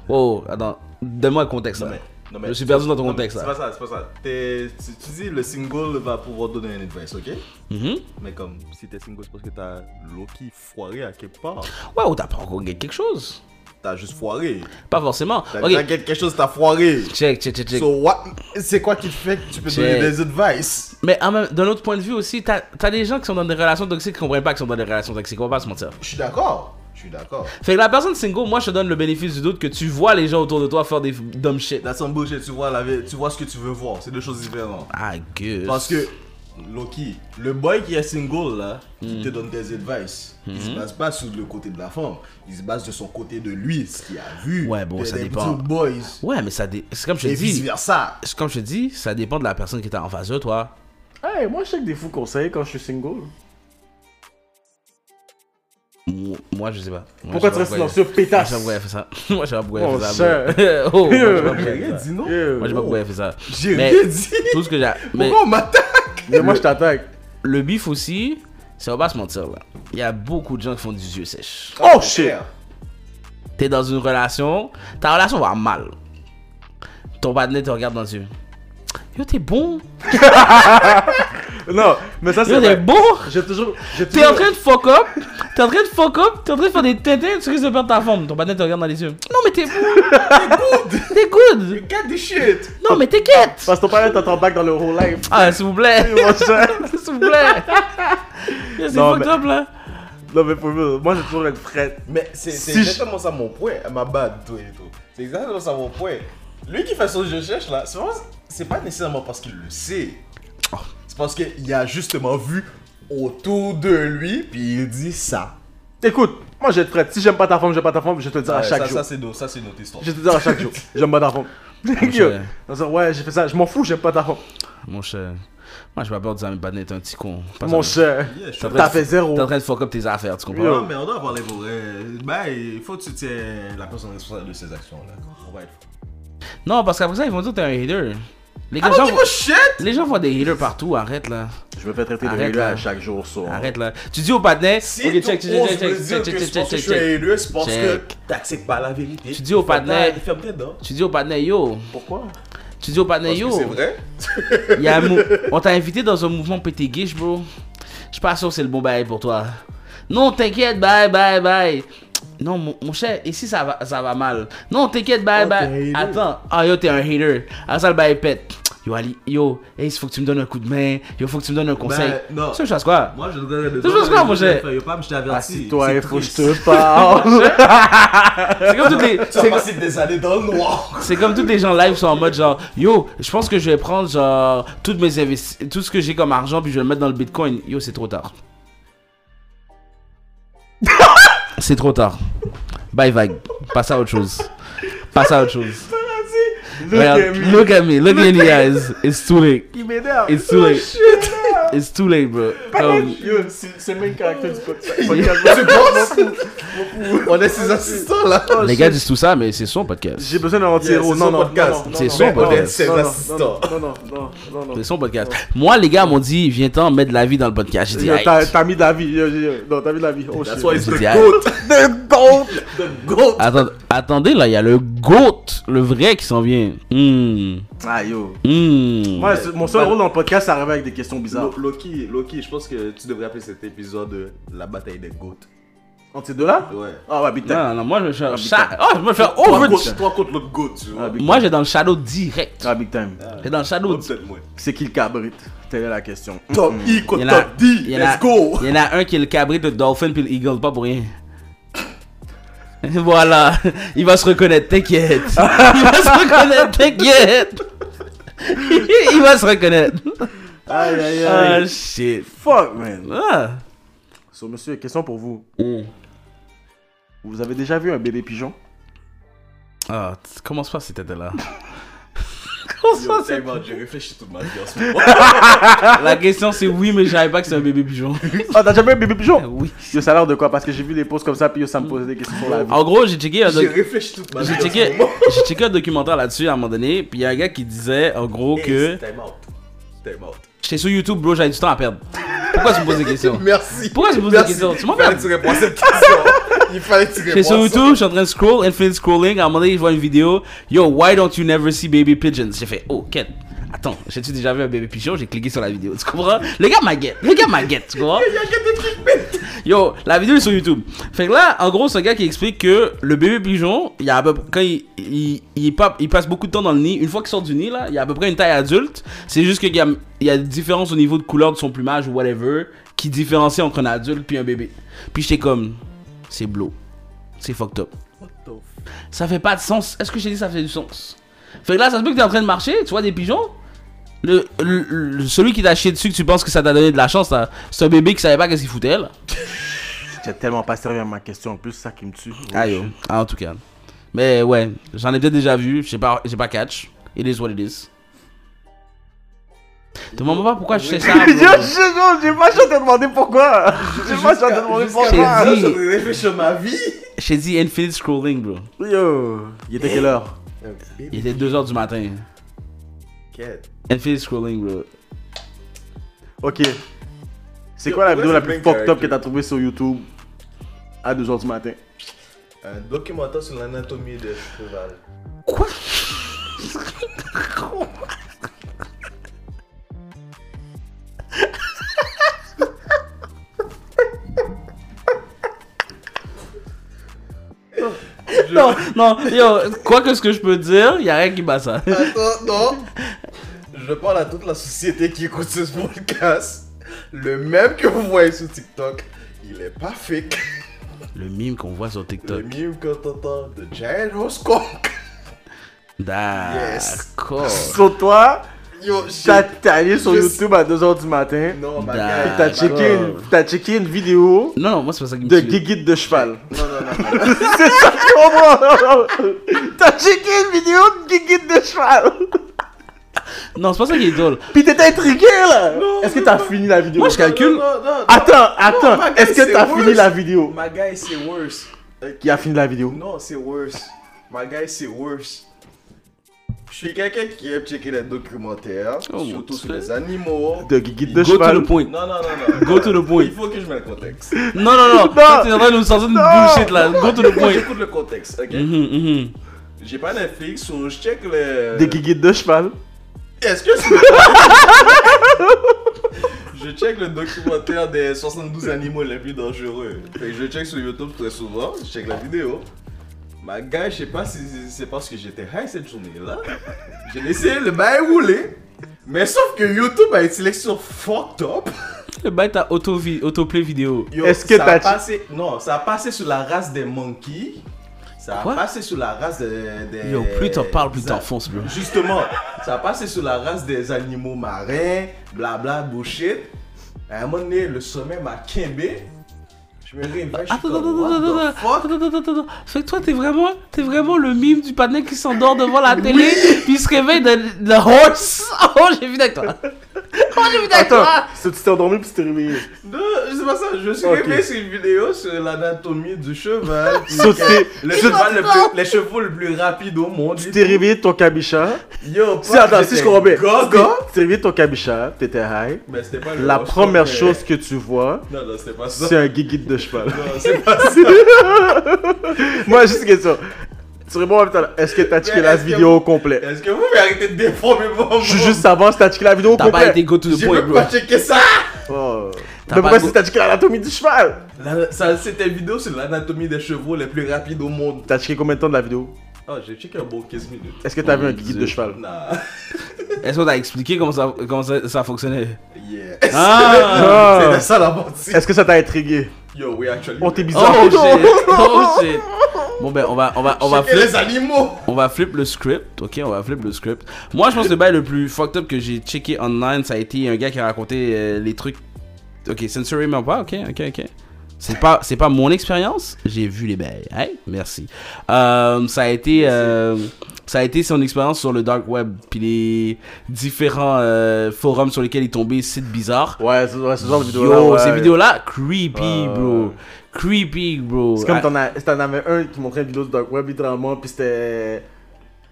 Oh, attends, donne-moi le contexte là. non, Je suis perdu dans ton non, mais contexte C'est là. pas ça, c'est pas ça. T'es- Tu, tu dis le single va pouvoir donner un advice, ok? Mhm. Mais comme si t'es single, c'est parce que t'as Loki foiré à quelque part. Ouais, ou t'as pas encore gagné quelque chose T'as juste foiré. Pas forcément. T'as Ok, déjà quelque chose, t'as foiré. check, check, check, check. So what? C'est quoi qui te fait que tu peux Check. donner des advice? Mais en même- d'un autre point de vue aussi, t'as as des gens qui sont dans des relations toxiques qui comprennent pas qu'ils sont dans des relations toxiques, on va pas se mentir. Je suis d'accord. Je suis d'accord. Fait que la personne single, moi je te donne le bénéfice du doute que tu vois les gens autour de toi faire des f- dumb shit. That's some bullshit. Tu vois, la vie- tu vois ce que tu veux voir. C'est deux choses différentes. Ah, gueule. Parce que Loki, le boy qui est single là, Hmm. qui te donne des advice, il se base pas sur le côté de la femme, il se base de son côté de lui, ce qu'il a vu. Ouais, bon, des- ça des dépend. petits boys. Ouais, mais ça. dé- C'est comme je Et te vice dis. versa. C'est comme je te dis, ça dépend de la personne qui est en face de toi. Hey, moi je sais que des fous conseils quand je suis single. Mou- Moi, je sais pas. Moi, Pourquoi je tu restes sais pas silencieux, Moi, je pétasse sais pas pourquoi elle fait ça. [laughs] Moi, je sais pas pourquoi Oh, elle fait ça. sir. bro. [laughs] Oh, moi, je sais pas pourquoi elle J'ai fait rien ça. dit non. Yeah. Moi, je sais pas pourquoi elle fait ça. J'ai Mais- rien dit. Tout ce que j'ai. Mais Pourquoi on m'attaque Mais moi je t'attaque. le bif aussi, ça va pas se mentir là. Il y a beaucoup de gens qui font du yeux sèche. Ah, Oh shit T'es dans une relation, ta relation va mal. Ton partenaire te regarde dans les yeux. Yo, t'es bon. Non, mais ça, c'est Yo, t'es vrai. bon. J'ai toujours. j'ai T'es en toujours- train de fuck up. T'es en train de fuck up. T'es en train de faire des tétés. Tu risques de perdre ta forme. Ton partenaire te regarde dans les yeux. Non, mais t'es bon. T'es good. Get this shit! Non, mais t'inquiète. Parce que ton parent t'entend back dans le whole life. [laughs] Ah, s'il vous plaît. Mon cher. [laughs] S'il vous plaît. Yo, C'est Non, fucked mais- up là. Non, mais pour moi, moi, j'ai toujours le fret. Mais c'est c'est Si je- exactement ça mon point, ma bad, toi et tout. C'est exactement ça mon point. Lui qui fait son je cherche là, c'est vraiment- c'est pas nécessairement parce qu'il le sait. C'est parce qu'il a justement vu autour de lui, puis il dit ça. Écoute, moi, j'ai le fret. Si j'aime pas ta femme, j'aime pas ta femme, je te le dis à Ouais, chaque ça, jour. ça, c'est nos- ça, c'est notre histoire. Je te dis à [laughs] chaque jour. J'aime pas ta femme. Ah, Yo. Dans un- Ouais, j'ai fait ça. Je m'en fous, j'aime pas ta femme. Mon cher. Moi, j'ai pas peur de dire à mes partenaires, t'es un petit con. Pas Mon ça. cher. Yeah, je suis T'as fait zéro. T'es en train de fuck up tes affaires, tu comprends? Yo. Non, mais on doit parler pour. euh, ben, il faut que tu tiens la personne responsable de ses actions là. On va être. Non, parce qu'après ça, ils vont dire que t'es un hater. Les, Ah, gens, give a shit! les gens voient des haters partout, arrête là. Je me fais traiter de Arrête, hater à là. chaque jour, ça. Arrête là. Tu dis au partenaire, Si ok, check, check, tu check, oses me check, dire check, check, que je check, pense check, que je suis check. haineux, c'est parce que Check. t'acceptes pas la vérité. Tu dis au partenaire- Il ferme tes dents. Tu dis au partenaire, yo. Pourquoi Tu dis au partenaire, Parce que yo. c'est vrai. y a un mou- on t'a invité dans un mouvement pété guiche, bro. Je suis pas sûr que c'est le bon bail pour toi. Non, t'inquiète, bye, bye, bye. Non, mon, mon cher, ici ça va, ça va mal. Non, t'inquiète, bye, Oh, bye. t'es un hater. Attends, ah yo, t'es un hater. Ah, ça le bail pète. Yo, Ali, yo, hey, faut que tu me donnes un coup de main. Yo, faut que tu me donnes un conseil. Ben, non. C'est une chose, quoi. Moi, je devrais le C'est juste quoi, mon cher? Je pas, mais je t'ai averti. Assis-toi, C'est il faut que je te [laughs] triste. [laughs] parle. C'est comme toutes les. Tu vas c'est- passer des années dans le noir. C'est comme toutes les gens live sont en mode genre yo, je pense que je vais prendre genre toutes mes investi- tout ce que j'ai comme argent puis je vais le mettre dans le Bitcoin. Yo, c'est [laughs] trop tard. c'est trop tard. Bye vague. Passe à autre chose. Passe à autre chose. Look Regarde, at me. look at me. Look me in the eyes. It's too late. Il m'énerve. Oh, It's too late. It's too late, bro. Um, Comme- Yo, c'est c'est le même caractère [laughs] du podcast. On est ses assistants là. les gars disent tout ça, mais c'est son podcast. oh, J'ai besoin d'un anti-héros. Yeah, c'est Non, son non, podcast. non, non, C'est non, son non, podcast. non, C'est non, assistant. Non, non, non, non, non. C'est son podcast. Moi, les gars m'ont dit, viens-t'en mettre de la vie dans le podcast. J'ai dit, Yo, aïe. T'as t'as mis de la vie. Yo, yo, yo. Non, t'as mis de la vie. Oh That's shit. why it's Je the dis, ah. goat. [laughs] The goat. The goat. Attends- attendez, là, il y a le GOAT, le vrai qui s'en vient. Hmm. Ah yo. Hmm. Moi, c'est- mon seul Ouais. rôle dans le podcast, c'est arriver avec des questions bizarres. Lo- Loki, Loki, je pense que tu devrais appeler cet épisode euh, la bataille des goats. Entre ces deux-là Ouais. Ah ouais, big time. Non, non, moi, je me fais. Ah, cha- putain. Oh, je me fais Toi over. contre- toi contre l'autre goat, tu Ah, vois. big Moi, time. j'ai dans le shadow direct. Ah, big time. J'ai dans le shadow Ou direct. peut-être moins. C'est qui le cabrite Telle est la question. Mm. Top I Il contre y en a- top D. il y en a- Let's go. Il y en a un qui est le cabré de Dolphin puis le Eagle, pas pour rien. [laughs] Voilà, il va se reconnaître, [laughs] t'inquiète. Il va se reconnaître, t'inquiète. Il va se reconnaître. Aïe, aïe, Ah, aïe. shit. Fuck, man. Ah. So, monsieur, question pour vous. Mm. Vous avez déjà vu un bébé pigeon Ah, t- commence pas si t'étais [laughs] là. Yo, commence pas si tellement, [laughs] J'ai réfléchi toute ma vie en ce moment. La question c'est oui, mais je savais pas que c'est un bébé pigeon. Ah, t'as jamais vu un bébé pigeon oui. Oh, Yo, ça a l'air de quoi Parce que j'ai vu les posts comme ça, puis yo, ça me posait des questions sur la [laughs] vie. En gros, j'ai checké un, doc- J'ai réfléchi toute ma vie. j'ai en ce checké- moment. [laughs] j'ai checké un documentaire là-dessus à un moment donné, puis il y a un gars qui disait en gros Hey, que c'est Time out. Time out. j'étais sur YouTube, bro, j'avais du temps à perdre. Pourquoi tu me poses des questions Merci. Pourquoi tu me poses Merci. des questions Tu m'en Il fallait perds. que tu répondes à cette question. [laughs] Il fallait que tu répondes. J'étais sur à YouTube, je suis en train de scroll, infinite scrolling, à un moment donné, je vois une vidéo. Yo, why don't you never see baby pigeons J'ai fait, oh, quête. Attends, j'ai-tu déjà vu un bébé pigeon J'ai cliqué sur la vidéo, tu comprends Le gars m'a guette, le gars m'a guette, tu comprends ça. Il y a que des trucs bêtes. Yo, la vidéo est sur YouTube. Fait que là, en gros, c'est un gars qui explique que le bébé pigeon, il y a à peu près- quand il, il, il pa- il passe beaucoup de temps dans le nid, une fois qu'il sort du nid, là, il y a à peu près une taille adulte. C'est juste qu'il y a, il y a une différence au niveau de couleur de son plumage ou whatever qui différencie entre un adulte puis un bébé. Puis j'étais comme, c'est blow. C'est fucked up. Ça fait pas de sens. Est-ce que j'ai dit ça fait du sens Fait que là, ça se peut que t'es en train de marcher, tu vois des pigeons le, le- le- celui qui t'a chié dessus que tu penses que ça t'a donné de la chance, là, c'est un bébé qui savait pas qu'est-ce qu'il foutait là. J'ai tellement pas servi à ma question en plus, c'est ça qui me tue. Ah yo, Ah, en tout cas. Mais ouais, j'en ai peut-être déjà vu, j'ai pas, j'ai pas catch. It is what it is. Demande-moi pas pourquoi je fais [laughs] ça. Yo, bro. je- je- j'ai pas chanté de demander pourquoi. [laughs] J'ai pas chanté de demander Jusqu'à- pourquoi. jusqu'à- J'ai dit. Là, J'ai Ah, réfléchi sur ma vie. J'ai dit infinite scrolling, bro. Yo, il était quelle heure Il était 2h du matin. Quête. Infinite scrolling, bro. Ok. C'est Yo, quoi la ouais, vidéo c'est la plus plein de fucked up caractères. que t'as trouvée sur YouTube à 2h du matin Oh. Un documentaire sur l'anatomie de cheval. Quoi non, non, yo, quoi que ce que je peux dire, y a rien qui bat ça. Attends, non. Je parle à toute la société qui écoute ce podcast. Le même que vous voyez sur TikTok, il est pas fake. Le mime qu'on voit sur TikTok. Le mime que t'entends de Giant Horse Cock. D'accord. Sur toi, Yo, t'as shit. t'es allé sur Je- YouTube à 2h du matin, Non, Ah, ma Da- gueule. Bah, t'as D'accord. checké, une- t'as checké une vidéo Non, non, moi c'est pas ça qui me de tue. guiguite de cheval. Non, non, non, non. [laughs] C'est ça que je comprends! T'as checké une vidéo de guiguite de cheval! Non, c'est pas ça qui est [laughs] drôle. Pis t'étais intrigué là! Non, Est-ce que non, t'as non. fini la vidéo? Moi, je calcule. Non, non, non, non. Attends, attends, ma gueule, est-ce que c'est t'as fini worse. la vidéo? My guy, c'est worse. Qui a fini la vidéo? Non, c'est worse. My guy, c'est worse. Je suis quelqu'un qui aime checker les documentaires, Oh, mon surtout sur Dieu. les animaux. De guiguite de Go to cheval. the point. Non, non, non, non. Go to the point. Il faut que je mette le contexte. Non, non, [laughs] non. Toi, T'es en train de nous sortir une bullshit là. Go to the Moi, point. j'écoute le contexte, ok? Mhm, mhm. J'ai pas Netflix, so je check les. De guiguite de cheval. Est-ce que c'est. [laughs] je check le documentaire des 72 animaux les plus dangereux. Fait que je check sur YouTube très souvent, je check la vidéo. Ma gars, je sais pas si c'est parce que j'étais high cette journée-là. J'ai laissé le bail rouler. Mais sauf que YouTube a une sélection fucked up. Le bail t'as auto-vi- autoplay vidéo. Yo, Est-ce que ça t'as- a passé... Non, ça a passé sur la race des monkeys. Ça a Quoi passé sur la race des. des- Yo, plus t'en parles, plus des- t'enfonces, bro. Justement, ça a passé sur la race des animaux marins, blabla, bullshit. À un moment donné, le sommet m'a quimbé. Je me réveille, je Ah, suis Attends, bah, attends, comme, attends, what the attends, fuck? attends, attends, attends, attends. Fait que toi, t'es vraiment, t'es vraiment le mime du panel qui s'endort devant la télé, puis il se réveille de de horse. [laughs] Oh, j'ai vu d'accord. [laughs] Oh, j'ai vu Attends, d'accord. c'est- tu t'es endormi puis tu t'es réveillé. Non, c'est pas ça, je suis Ok. réveillé sur une vidéo sur l'anatomie [laughs] du cheval. puis Sauter. que le Je- cheval le plus, les chevaux le plus rapide au monde. Tu t'es réveillé de ton cabicha. Yo, Si, attends, si je comprends bien. Gaga. Tu t'es réveillé de ton cabicha, t'étais high. Mais c'était pas le La horse première cock, chose que tu vois, mais- Non, non, c'était pas ça. c'est un guiguite de [laughs] cheval. Non, c'est pas ça. Moi, juste une question. Tu réponds en même temps. là. Est-ce que t'as checké Mais la est-ce que- vidéo au complet? Est-ce que vous pouvez arrêter de déformer mon Je veux juste savoir si t'as checké la vidéo au T'as pas complet. été go to the J'ai point, même bro. pas checké ça Oh. T'as Mais pas pourquoi go- si t'as checké l'anatomie du cheval? La- ça, C'était une vidéo sur l'anatomie des chevaux les plus rapides au monde. T'as checké combien de temps de la vidéo? Ah, j'ai checké un bon 15 minutes. Est-ce que t'as Oh vu un mon guiguite Dieu. de cheval? Nah. Est-ce qu'on t'a expliqué comment ça, comment ça, ça fonctionnait Yeah. [laughs] Ah Ah. [laughs] C'était ça la partie. Est-ce que ça t'a intrigué? Yo, we actually. On t'est bizarre. Oh shit Oh shit Bon ben on va on va on va Checker flip les animaux on va flip le script, ok on va flip le script. Moi je pense que le bail le plus fucked up que j'ai checké online ça a été un gars qui a raconté euh, les trucs. Ok sensory mais pas ok ok ok. C'est pas c'est pas mon expérience j'ai vu les bails hey merci. Euh, ça a été euh, ça a été son expérience sur le dark web puis les différents euh, forums sur lesquels il est tombé sites bizarres. Ouais, c'est ouais, ce genre de vidéo. Yo, ces vidéos-là, creepy, Ouais, ouais. bro. Creepy, bro. C'est comme Ah, t'en as- t'en avais un qui montrait une vidéo de Dark Web littéralement, puis c'était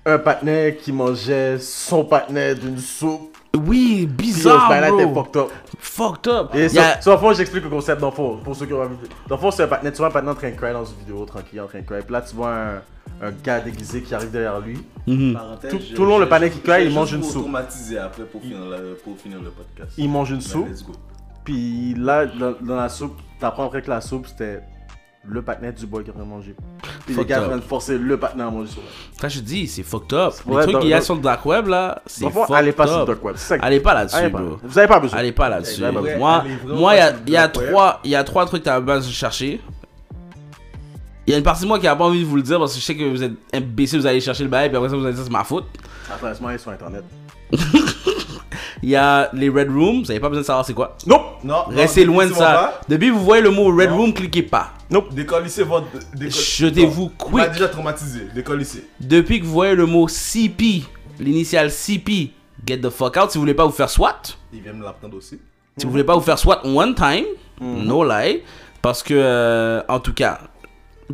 un partenaire qui mangeait son partenaire d'une soupe. Oui, Puis là, ce bizarre, bail-là était bro. fucked up. Fucked up. Et Il y a- sur, sur le fond, j'explique le concept d'enfant, pour ceux qui ont vu. Dans le fond, c'est un partenaire, tu vois un partenaire en train de cry dans une vidéo, tranquille, en train de cry. Puis là, tu vois un, un gars déguisé qui arrive derrière lui. Mhm. Parenthèse, Tout- je- tout le long, je- le panel qui je- cueille, je- il mange juste une pour soupe. traumatiser après pour finir, la- pour finir le podcast. Il mange une Mais soupe. Let's go. Puis là, dans, dans la soupe, t'apprends après que la soupe, c'était le partenaire du boy qui est en train de manger. Puis les Fucked gars up. sont en train de forcer le partenaire à manger son Ça, je te dis, c'est fucked up. Ouais, les trucs dans- qu'il y a dans- sur le dark web, là, c'est Dans le fond, fucked allez pas up. sur le dark web. C'est ça que- Allez pas Allez là-dessus, pas. bro. Vous avez pas besoin. Allez pas là-dessus. Allez, ouais, Moi, allez vraiment moi, il y a- pas sur le il y a dark web. trois, il y a trois trucs que t'as besoin de chercher. Il y a une partie de moi qui a pas envie de vous le dire parce que je sais que vous êtes imbécile, vous allez chercher le bail, puis après ça vous allez dire c'est ma faute. Attends, laisse-moi aller sur internet. Il y a les red rooms, vous avez pas besoin de savoir c'est quoi. Nope! Non, non, Restez loin de définitivement ça. Depuis que vous voyez le mot Red Non. Room, cliquez pas. pas. Décollissez votre. déco- Jetez-vous Non, On m'a quick. déjà traumatisé. Décollissez. Depuis que vous voyez le mot CP, l'initiale CP, get the fuck out. Si vous voulez pas vous faire SWAT, Il vient me l'apprendre aussi. si vous voulez pas vous faire SWAT one time, Mhm. no lie, parce que, euh, en tout cas,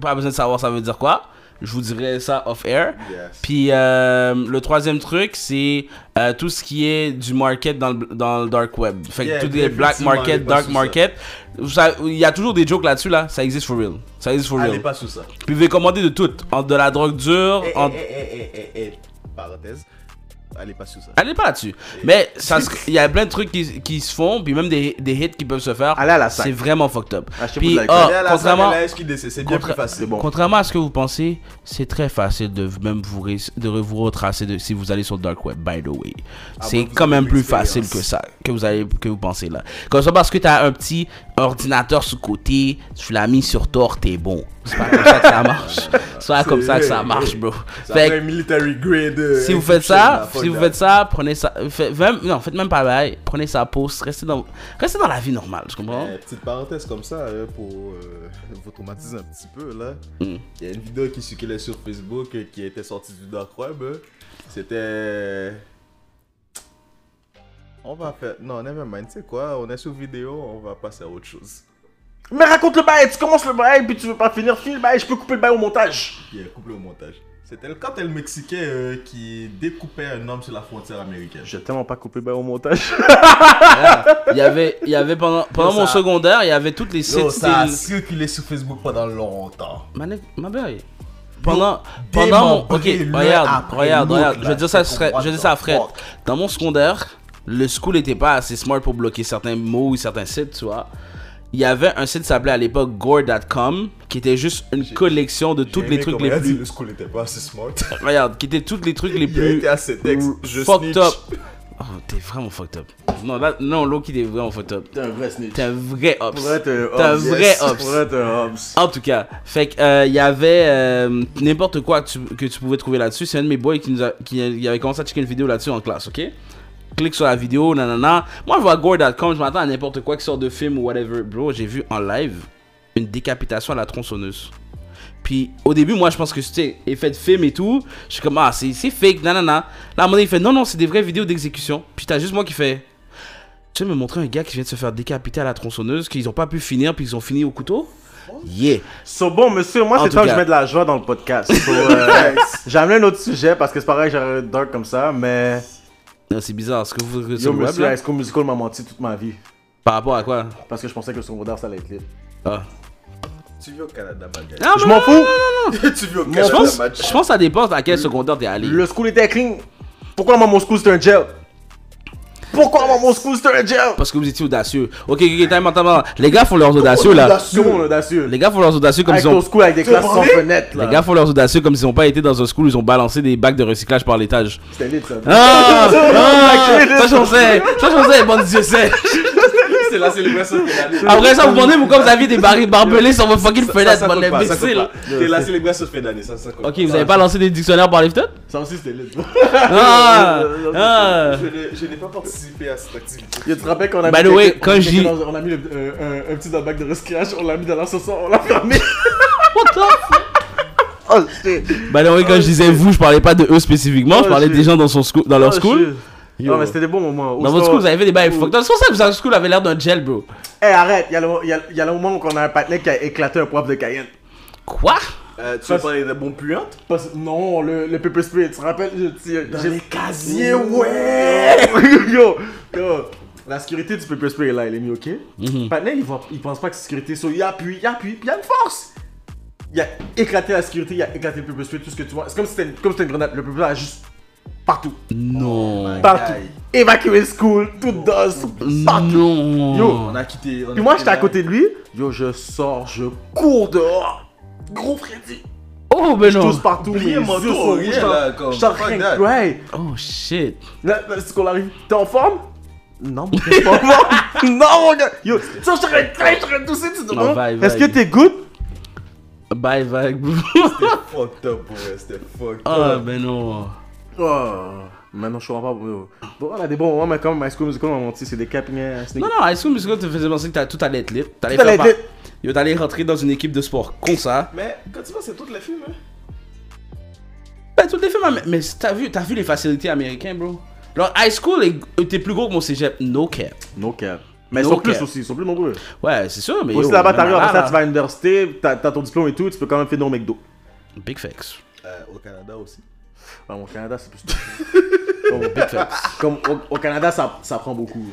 pas besoin de savoir ça veut dire quoi. Je vous dirai ça off air. Yes. Puis euh, le troisième truc, c'est euh, tout ce qui est du market dans le, dans le dark web. Fait que Yeah, tout les black définitivement, allez market, pas dark sur ça. market. Vous savez, Il y a toujours des jokes là-dessus là. Ça existe for real. Ça existe for Allez real. pas sous ça. Puis vous pouvez commander de tout. Entre de la drogue dure, Eh, eh, entre- eh, eh, eh, eh, eh, Parenthèse. Allez pas sur ça. Allez pas dessus. Mais ça se- il y a plein de trucs qui, qui se font, puis même des, des hits qui peuvent se faire. Allez à la sac. C'est vraiment fucked up. Achetez-vous Puis, de l'alcool. ah, Allez à la salle, contrairement, allez à la SQDC, c'est bien plus contra- facile. bon. contrairement à ce que vous pensez, c'est très facile de même vous, ré- de re- vous retracer de, si vous allez sur le dark web, by the way. c'est bon, Ah, bah, vous quand avez même plus l'expérience. facile que ça, que vous, allez, que vous pensez là. Comme ça, parce que t'as un petit ordinateur sous côté, tu l'as mis sur tort, t'es bon. C'est pas comme ça que [laughs] ça marche. C'est pas comme ça que ça marche, bro. Ça Fait que- fait military grade. euh, si vous faites ça, encryption, la si vous fuck faites ça, prenez ça, faites, même- non, faites même pas bail, prenez sa pause, restez dans, restez dans la vie normale, tu comprends? Euh, petite parenthèse comme ça euh, pour euh, vous traumatiser un petit peu là. Mm. Il y a une vidéo qui circulait sur Facebook euh, qui était sortie du dark web. euh. C'était euh, on va faire non never mind tu sais quoi on est sur vidéo on va passer à autre chose. Mais raconte le bail, tu commences le bail, puis tu veux pas finir, finis le bail, je peux couper le bail au montage. Qui est couplé au montage. C'était le cartel mexicain euh, qui découpait un homme sur la frontière américaine. J'ai tellement pas coupé le bail au montage. Il y avait, il y avait pendant, pendant Yo, mon ça- secondaire, il y avait toutes les Yo, sites. ça a circulé sur Facebook pendant longtemps. Ma, ne- ma belle. Pendant, démembré pendant mon. Ok, l'un regarde, après regarde, l'autre, regarde. là, Je vais dire ça, à c'est Fred- comme je vais dire ça à what the Fred. fuck. Dans mon secondaire, le school n'était pas assez smart pour bloquer certains mots ou certains sites, tu vois. Il y avait un site qui s'appelait à l'époque gore.com qui était juste une collection de tous J'ai les aimé trucs comment il les a dit, Le plus. school était pas [laughs] assez smart. [laughs] Regarde, qui étaient tous les trucs les Il a plus été assez texte. Je fucked snitch. up. Oh, t'es vraiment fucked up. Non, là, non, Loki, t'es vraiment fucked up. [laughs] T'es un vrai snitch. T'es un vrai ops. Pour être un T'es un Hobbs, vrai yes. Hobbs. Pour être un Hobbs. En tout cas, fait que euh, il y avait euh, n'importe quoi que tu, que tu pouvais trouver là-dessus. C'est un de mes boys qui, nous a- qui, qui avait commencé à checker une vidéo là-dessus en classe, ok? Clique sur la vidéo, nanana. Moi, je vois gore.com, je m'attends à n'importe quoi qui sort de film ou whatever. Bro, j'ai vu en live une décapitation à la tronçonneuse. Puis au début, moi, je pense que c'était effet de film et tout. Je suis comme, ah, c'est c'est fake, nanana. Là, à un moment donné, il fait, non, non, c'est des vraies vidéos d'exécution. Puis t'as juste moi qui fait, tu sais me montrer un gars qui vient de se faire décapiter à la tronçonneuse, qu'ils ont pas pu finir, puis ils ont fini au couteau? Yeah! So bon, monsieur, moi, En c'est tout temps que cas. je mets de la joie dans le [laughs] podcast. So, euh, [laughs] j'ai amené un autre sujet parce que c'est pareil, j'aurais un dark comme ça, mais. Non, c'est bizarre, ce que vous faites Yo, sur le web monsieur, là High School Musical m'a menti toute ma vie. Par rapport à quoi Parce que je pensais que le secondaire, ça allait être libre. ah. Tu vis au Canada, ma gueule. Ah, Je mais- m'en fous! [laughs] tu vis au Je Canada, pense, ma je pense que ça dépend à quel secondaire t'es allé. Le school était clean. Pourquoi moi, mon school, c'était un jail? Pourquoi moi, mon school, c'était un jail? Parce que vous étiez audacieux. Ok, ok, time out, time out. Les gars font leurs audacieux là. Tout le monde audacieux. Les gars font leurs audacieux comme Avec ils ont. ton school, avec des classes sans parler? fenêtre, là. Les gars font leurs audacieux comme ils ont pas été dans un school, ils ont balancé des bacs de recyclage par l'étage. C'était lit, ça. Ah, ah Ça j'en sais Ça j'en sais, bande de Dieu sait [laughs] c'est la célébration de l'année. Après ça, vous demandez pourquoi vous aviez des barils barbelés sur vos fucking fenêtres, bande d'imbéciles C'est la célébration de fin d'année, ça, ça compte. Ok, vous avez pas lancé des dictionnaires par les fenêtres Ça [laughs] aussi, c'était lit. Ah Ah Je n'ai- Je n'ai pas participé à cette activité. Yo, tu te rappelles qu'on a By mis the way, quelqu'un- quand je dis- quelqu'un dans- on a mis le- euh, un, un petit dans le bac de recyclage, on l'a mis dans l'ascenseur, on l'a fermé. [laughs] What the Oh shit. Bah non, oui, quand je disais vous, je parlais pas de eux spécifiquement, je Oh, parlais shit. des gens dans, son school, dans leur Oh, school. shit. Yo. Non mais c'était des bons moments. Au Dans votre store- school, vous avez fait des bails Ouh. fucked up. C'est pour ça que votre school avait l'air d'un gel, bro. Eh arrête, y'a le, y a, y a le moment où on a un patinet qui a éclaté un poivre de Cayenne. Quoi Euh, tu Ça, veux parler de bombes puantes Parce- non, le, le pepper spray, tu te rappelles je- tu- j'ai- [laughs] casiers, yo, yo. La sécurité du pepper spray là, il est mis ok. Mhm. Patinet, il, voit, il pense pas que c'est sécurité, so, il appuie, il appuie, puis il y a une force. Il a éclaté la sécurité, il a éclaté le pepper spray, tout ce que tu vois. C'est comme si c'était une, comme si c'était une grenade, le pepper spray a juste partout. Non. partout. Aïe. Évacuer le school, tout danse, partout. Non. Yo. On a quitté. on a Puis moi, quitté j'étais à la- côté de lui. Yo, je sors, je cours dehors. Gros Freddy. Oh, ben Je non. tousse partout. Oubliez mes mon yeux dos, sont rien, rouges, j'en- là, comme, J'étais en fuck train de that. cry. Oh shit. Là, là, c'est qu'on arrive. T'es en forme? Non, mon gars, je suis pas en [laughs] forme. Non, mon gars. Yo, tu sais, j'étais en train de cry, j'étais en train de tousser. Tu te Non, demandes, vaille, Est-ce que vaille. t'es good? Bye bye, [laughs] bro. C'était fucked up pour elle, c'était fucked Ah, Oh, up. ben non. Oh. Maintenant, je comprends pas. Bon, on a des bons moments, mais quand même, High School Musical, on m'a menti. C'est des capinets. à sneak- Non, non, High School Musical te faisait penser que t'as- tout allait être lit. T'allais Tout allait faire être pas- Yo, t'allais rentrer dans une équipe de sport comme ça. Mais quand tu vois, c'est toutes les films, hein. Ben, tout les films, mais- mais t'as vu, t'as vu les facilités américaines, bro. Leur high school était plus gros que mon cégep. No cap. No cap. Mais ils No sont plus cap. aussi, ils sont plus nombreux. Ouais, c'est sûr, mais. Aussi yo, là-bas, même t'arrives là, après ça, là. tu vas à l'université, t'as t'as ton diplôme et tout, tu peux quand même finir au McDo. hein. Big facts. Euh, Au Canada aussi. Bah, Ah, au Canada, c'est plus. [laughs] [laughs] comme, comme au, au Canada, ça, ça prend beaucoup.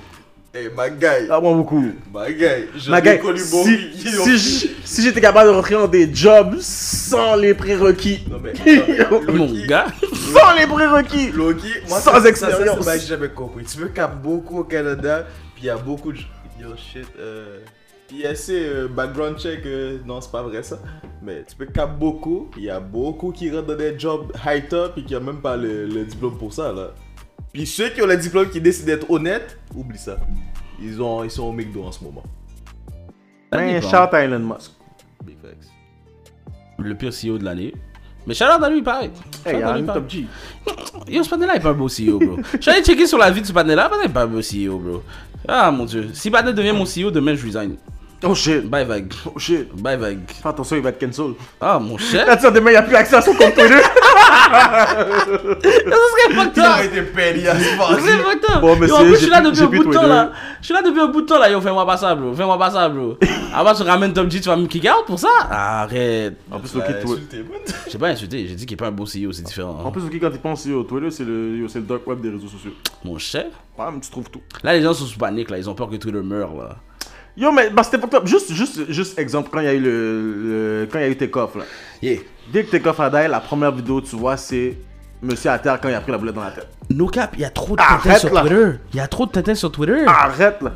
Eh, ma guy, Ça prend Ah, beaucoup. ma guy, je Ma n'ai gueule, connu beaucoup si, qui ont- si, j- si [laughs] j'étais capable de rentrer dans des jobs sans les prérequis. Non mais. Yo. Loki, Mon gars. Sans les prérequis. Loki, moi, Sans ça- ça, expérience. ça, c'est pas que j'ai jamais compris. Tu veux qu'il y a beaucoup au Canada, puis il y a beaucoup de. Yo shit. Euh... PSC, euh, background check, euh, non, c'est pas vrai ça. Mais tu peux cap beaucoup, il y a beaucoup qui rentrent dans des jobs high-top et qui n'ont même pas le, le diplôme pour ça là. Puis ceux qui ont le diplôme qui décident d'être honnêtes, oublie ça. Ils, ont, ils sont au McDo en ce moment. Ben, Bon. shout à Elon Musk. Big facts. Le pire CEO de l'année. Mais shout-out à lui, pareil. Hey, Shout-out à I'm lui, pareil. top G. Yo, ce panel-là est pas un beau CEO, bro. Je suis allé checker sur la vie de ce panel-là, panel est pas un beau CEO, bro. Ah mon dieu. Si panel devient mon CEO, demain je resign. Oh shit. Bye vague. Oh shit. Bye vague. Fais attention, il va te cancel. Ah [laughs] mon cher. Là-dessus, demain, il n'y a plus accès à son compte Twitter. Ça serait fucked Il aurait up. été payé à [laughs] ce Ça moment. serait fucked up. Bon, Yo, monsieur, en plus, je suis j'ai là plus- depuis j'ai un bout de plus temps Twitter. là. Je suis là depuis un bout de temps là. Yo, fais-moi pas ça, bro. Fais-moi pas ça, bro. Ah bah, tu ramènes Tom G, tu vas me kick out pour ça Arrête. Oh, En plus, Tu l'as Loki, toi- insulté, man. J'ai pas insulté, j'ai dit qu'il est pas un beau CEO, c'est différent. hein. en plus, Loki, quand il pense au Twitter, c'est le, yo, c'est le dark web des réseaux sociaux. Mon cher. Bam, tu trouves tout. Là, les gens sont sous panique, là. Ils ont peur que Twitter meure, là. Yo, mais bah, c'était fucked up. Juste, juste, juste exemple, quand il y a eu le, le- quand il y a eu Takeoff, là. Yeah. Dès que Takeoff a die, la première vidéo, tu vois, c'est Monsieur à terre quand il a pris la boulette dans la tête. No cap, il y a trop de Arrête, tintins sur là. Ah. Twitter. Il y a trop de tintins sur Twitter. Arrête, là.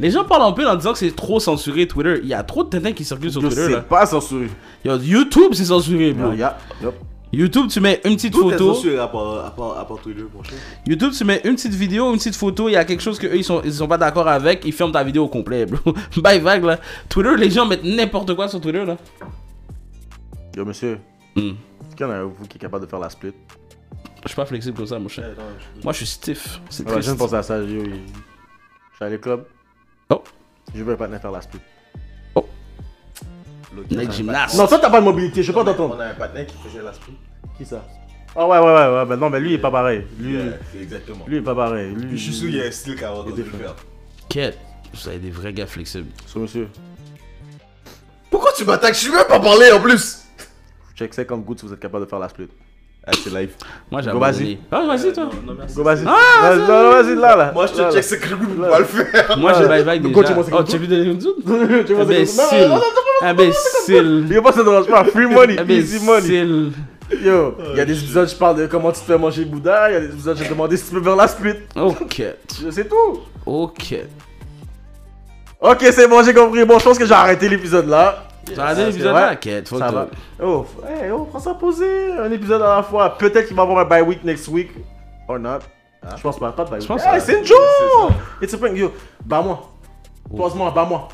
Les gens parlent un peu en disant que c'est trop censuré Twitter. Il y a trop de tintins qui circulent sur Yo, Twitter. c'est Là. pas censuré. Yo, YouTube, c'est censuré, bro. Ah, Yo, yeah, yup. YouTube, tu mets une petite Tout est photo. censuré à part, à part, à part tous les deux, mon cher. YouTube, tu mets une petite vidéo, une petite photo. Il y a quelque chose que eux, ils sont, ils sont pas d'accord avec. Ils ferment ta vidéo au complet, bro. [laughs] Bye vague, là. Twitter, les gens mettent n'importe quoi sur Twitter, là. Yo, monsieur, Hmm. qui en a un de vous qui est capable de faire la split Je suis pas flexible comme ça, mon cher. Ouais, non, je- Moi, je suis stiff. C'est Ouais, je viens triste. de penser à ça, yo. il- Je suis allé au club. Oh. Je veux pas te faire la split. Loki, on a Mec un gymnaste. Non, toi, t'as pas de mobilité, je veux patin- pas t'entendre. On a un patin qui faisait la split. Qui ça Ah, ouais, ouais, ouais, ouais, bah non, mais lui, il est pas pareil. Lui, Ouais, c'est euh, exactement. lui, il est pas pareil. Lui, Puis je suis sûr qu'il y a un style qui a entendu le faire. Quête. Vous avez des vrais gars flexibles. So, monsieur, Pourquoi tu m'attaques Je veux pas parler en plus je check 50 gouttes si vous êtes capable de faire la split. Ah, c'est [laughs] live. Moi, j'ai Go, vas-y. abandonné. Ah, vas-y, toi. Non, non, merci. Go, vas-y. Ah, Vas- ça- non, vas-y, là, là. Moi, je te Là, [laughs] là. check ce que je peux pas le faire. Moi, j'ai bye bye Donc, déjà. continue, c'est Oh, comme tu as vu des autres Tu vois, c'est comme- Non, non, non, Imbécile. non, non. Imbécile. Yo, pas ça dérange pas. Free money, easy money. Imbécile. Yo, il y a des épisodes, je parle de comment tu te fais manger Bouddha. Il y a des épisodes, je demandé si tu peux faire la split. Ok. Je- C'est tout. Ok. Ok, c'est bon, j'ai compris. Bon, je pense que j'ai arrêté l'épisode là. Ça a des c'est épisodes vrai. là, quête. Faut Ça que- va. Oh, f- hey, oh, prends ça posé. Un épisode à la fois. Peut-être qu'il va y avoir un bye week next week. Or not. Hein? Je pense pas, pas de bye week. pense Hey, pas. c'est une C'est joke! ça. It's a prank, yo. Bah moi. Pose-moi, bah moi.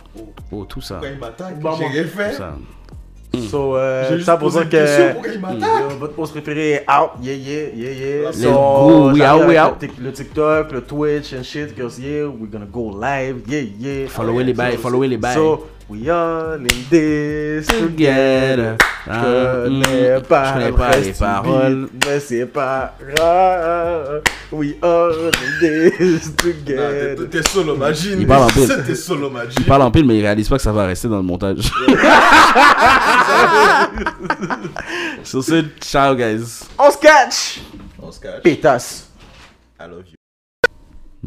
Oh, tout ça. Pourquoi il m'attaque Bah, J'ai moi. rien Tout fait. ça. Hmm. So, J'ai euh, juste ça pour posé dire une question, que. Pourquoi [laughs] il m'attaque Yo, votre pause préférée est out, yeah, yeah, yeah, yeah. Let's go, we j'arrive out, we avec out. Le, tic- le TikTok, le Twitch and shit, cause yeah, we're gonna go live, yeah, yeah. Follower les bails, So- follower les bails. So, we all in this Together. together. Ah, Je connais mm, pas, je connais pas reste les du paroles. beat, Mais c'est pas grave. We all in this together. Non, t'es- T'es solo magie. Il [laughs] parle en pile. T'es solo magie. Il parle en pile, mais il réalise pas que ça va rester dans le [laughs] montage. [laughs] Sur ce, ciao, guys. On se catch! On se cache. Pétasse. I love you.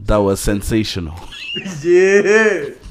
That was sensational. Yeah!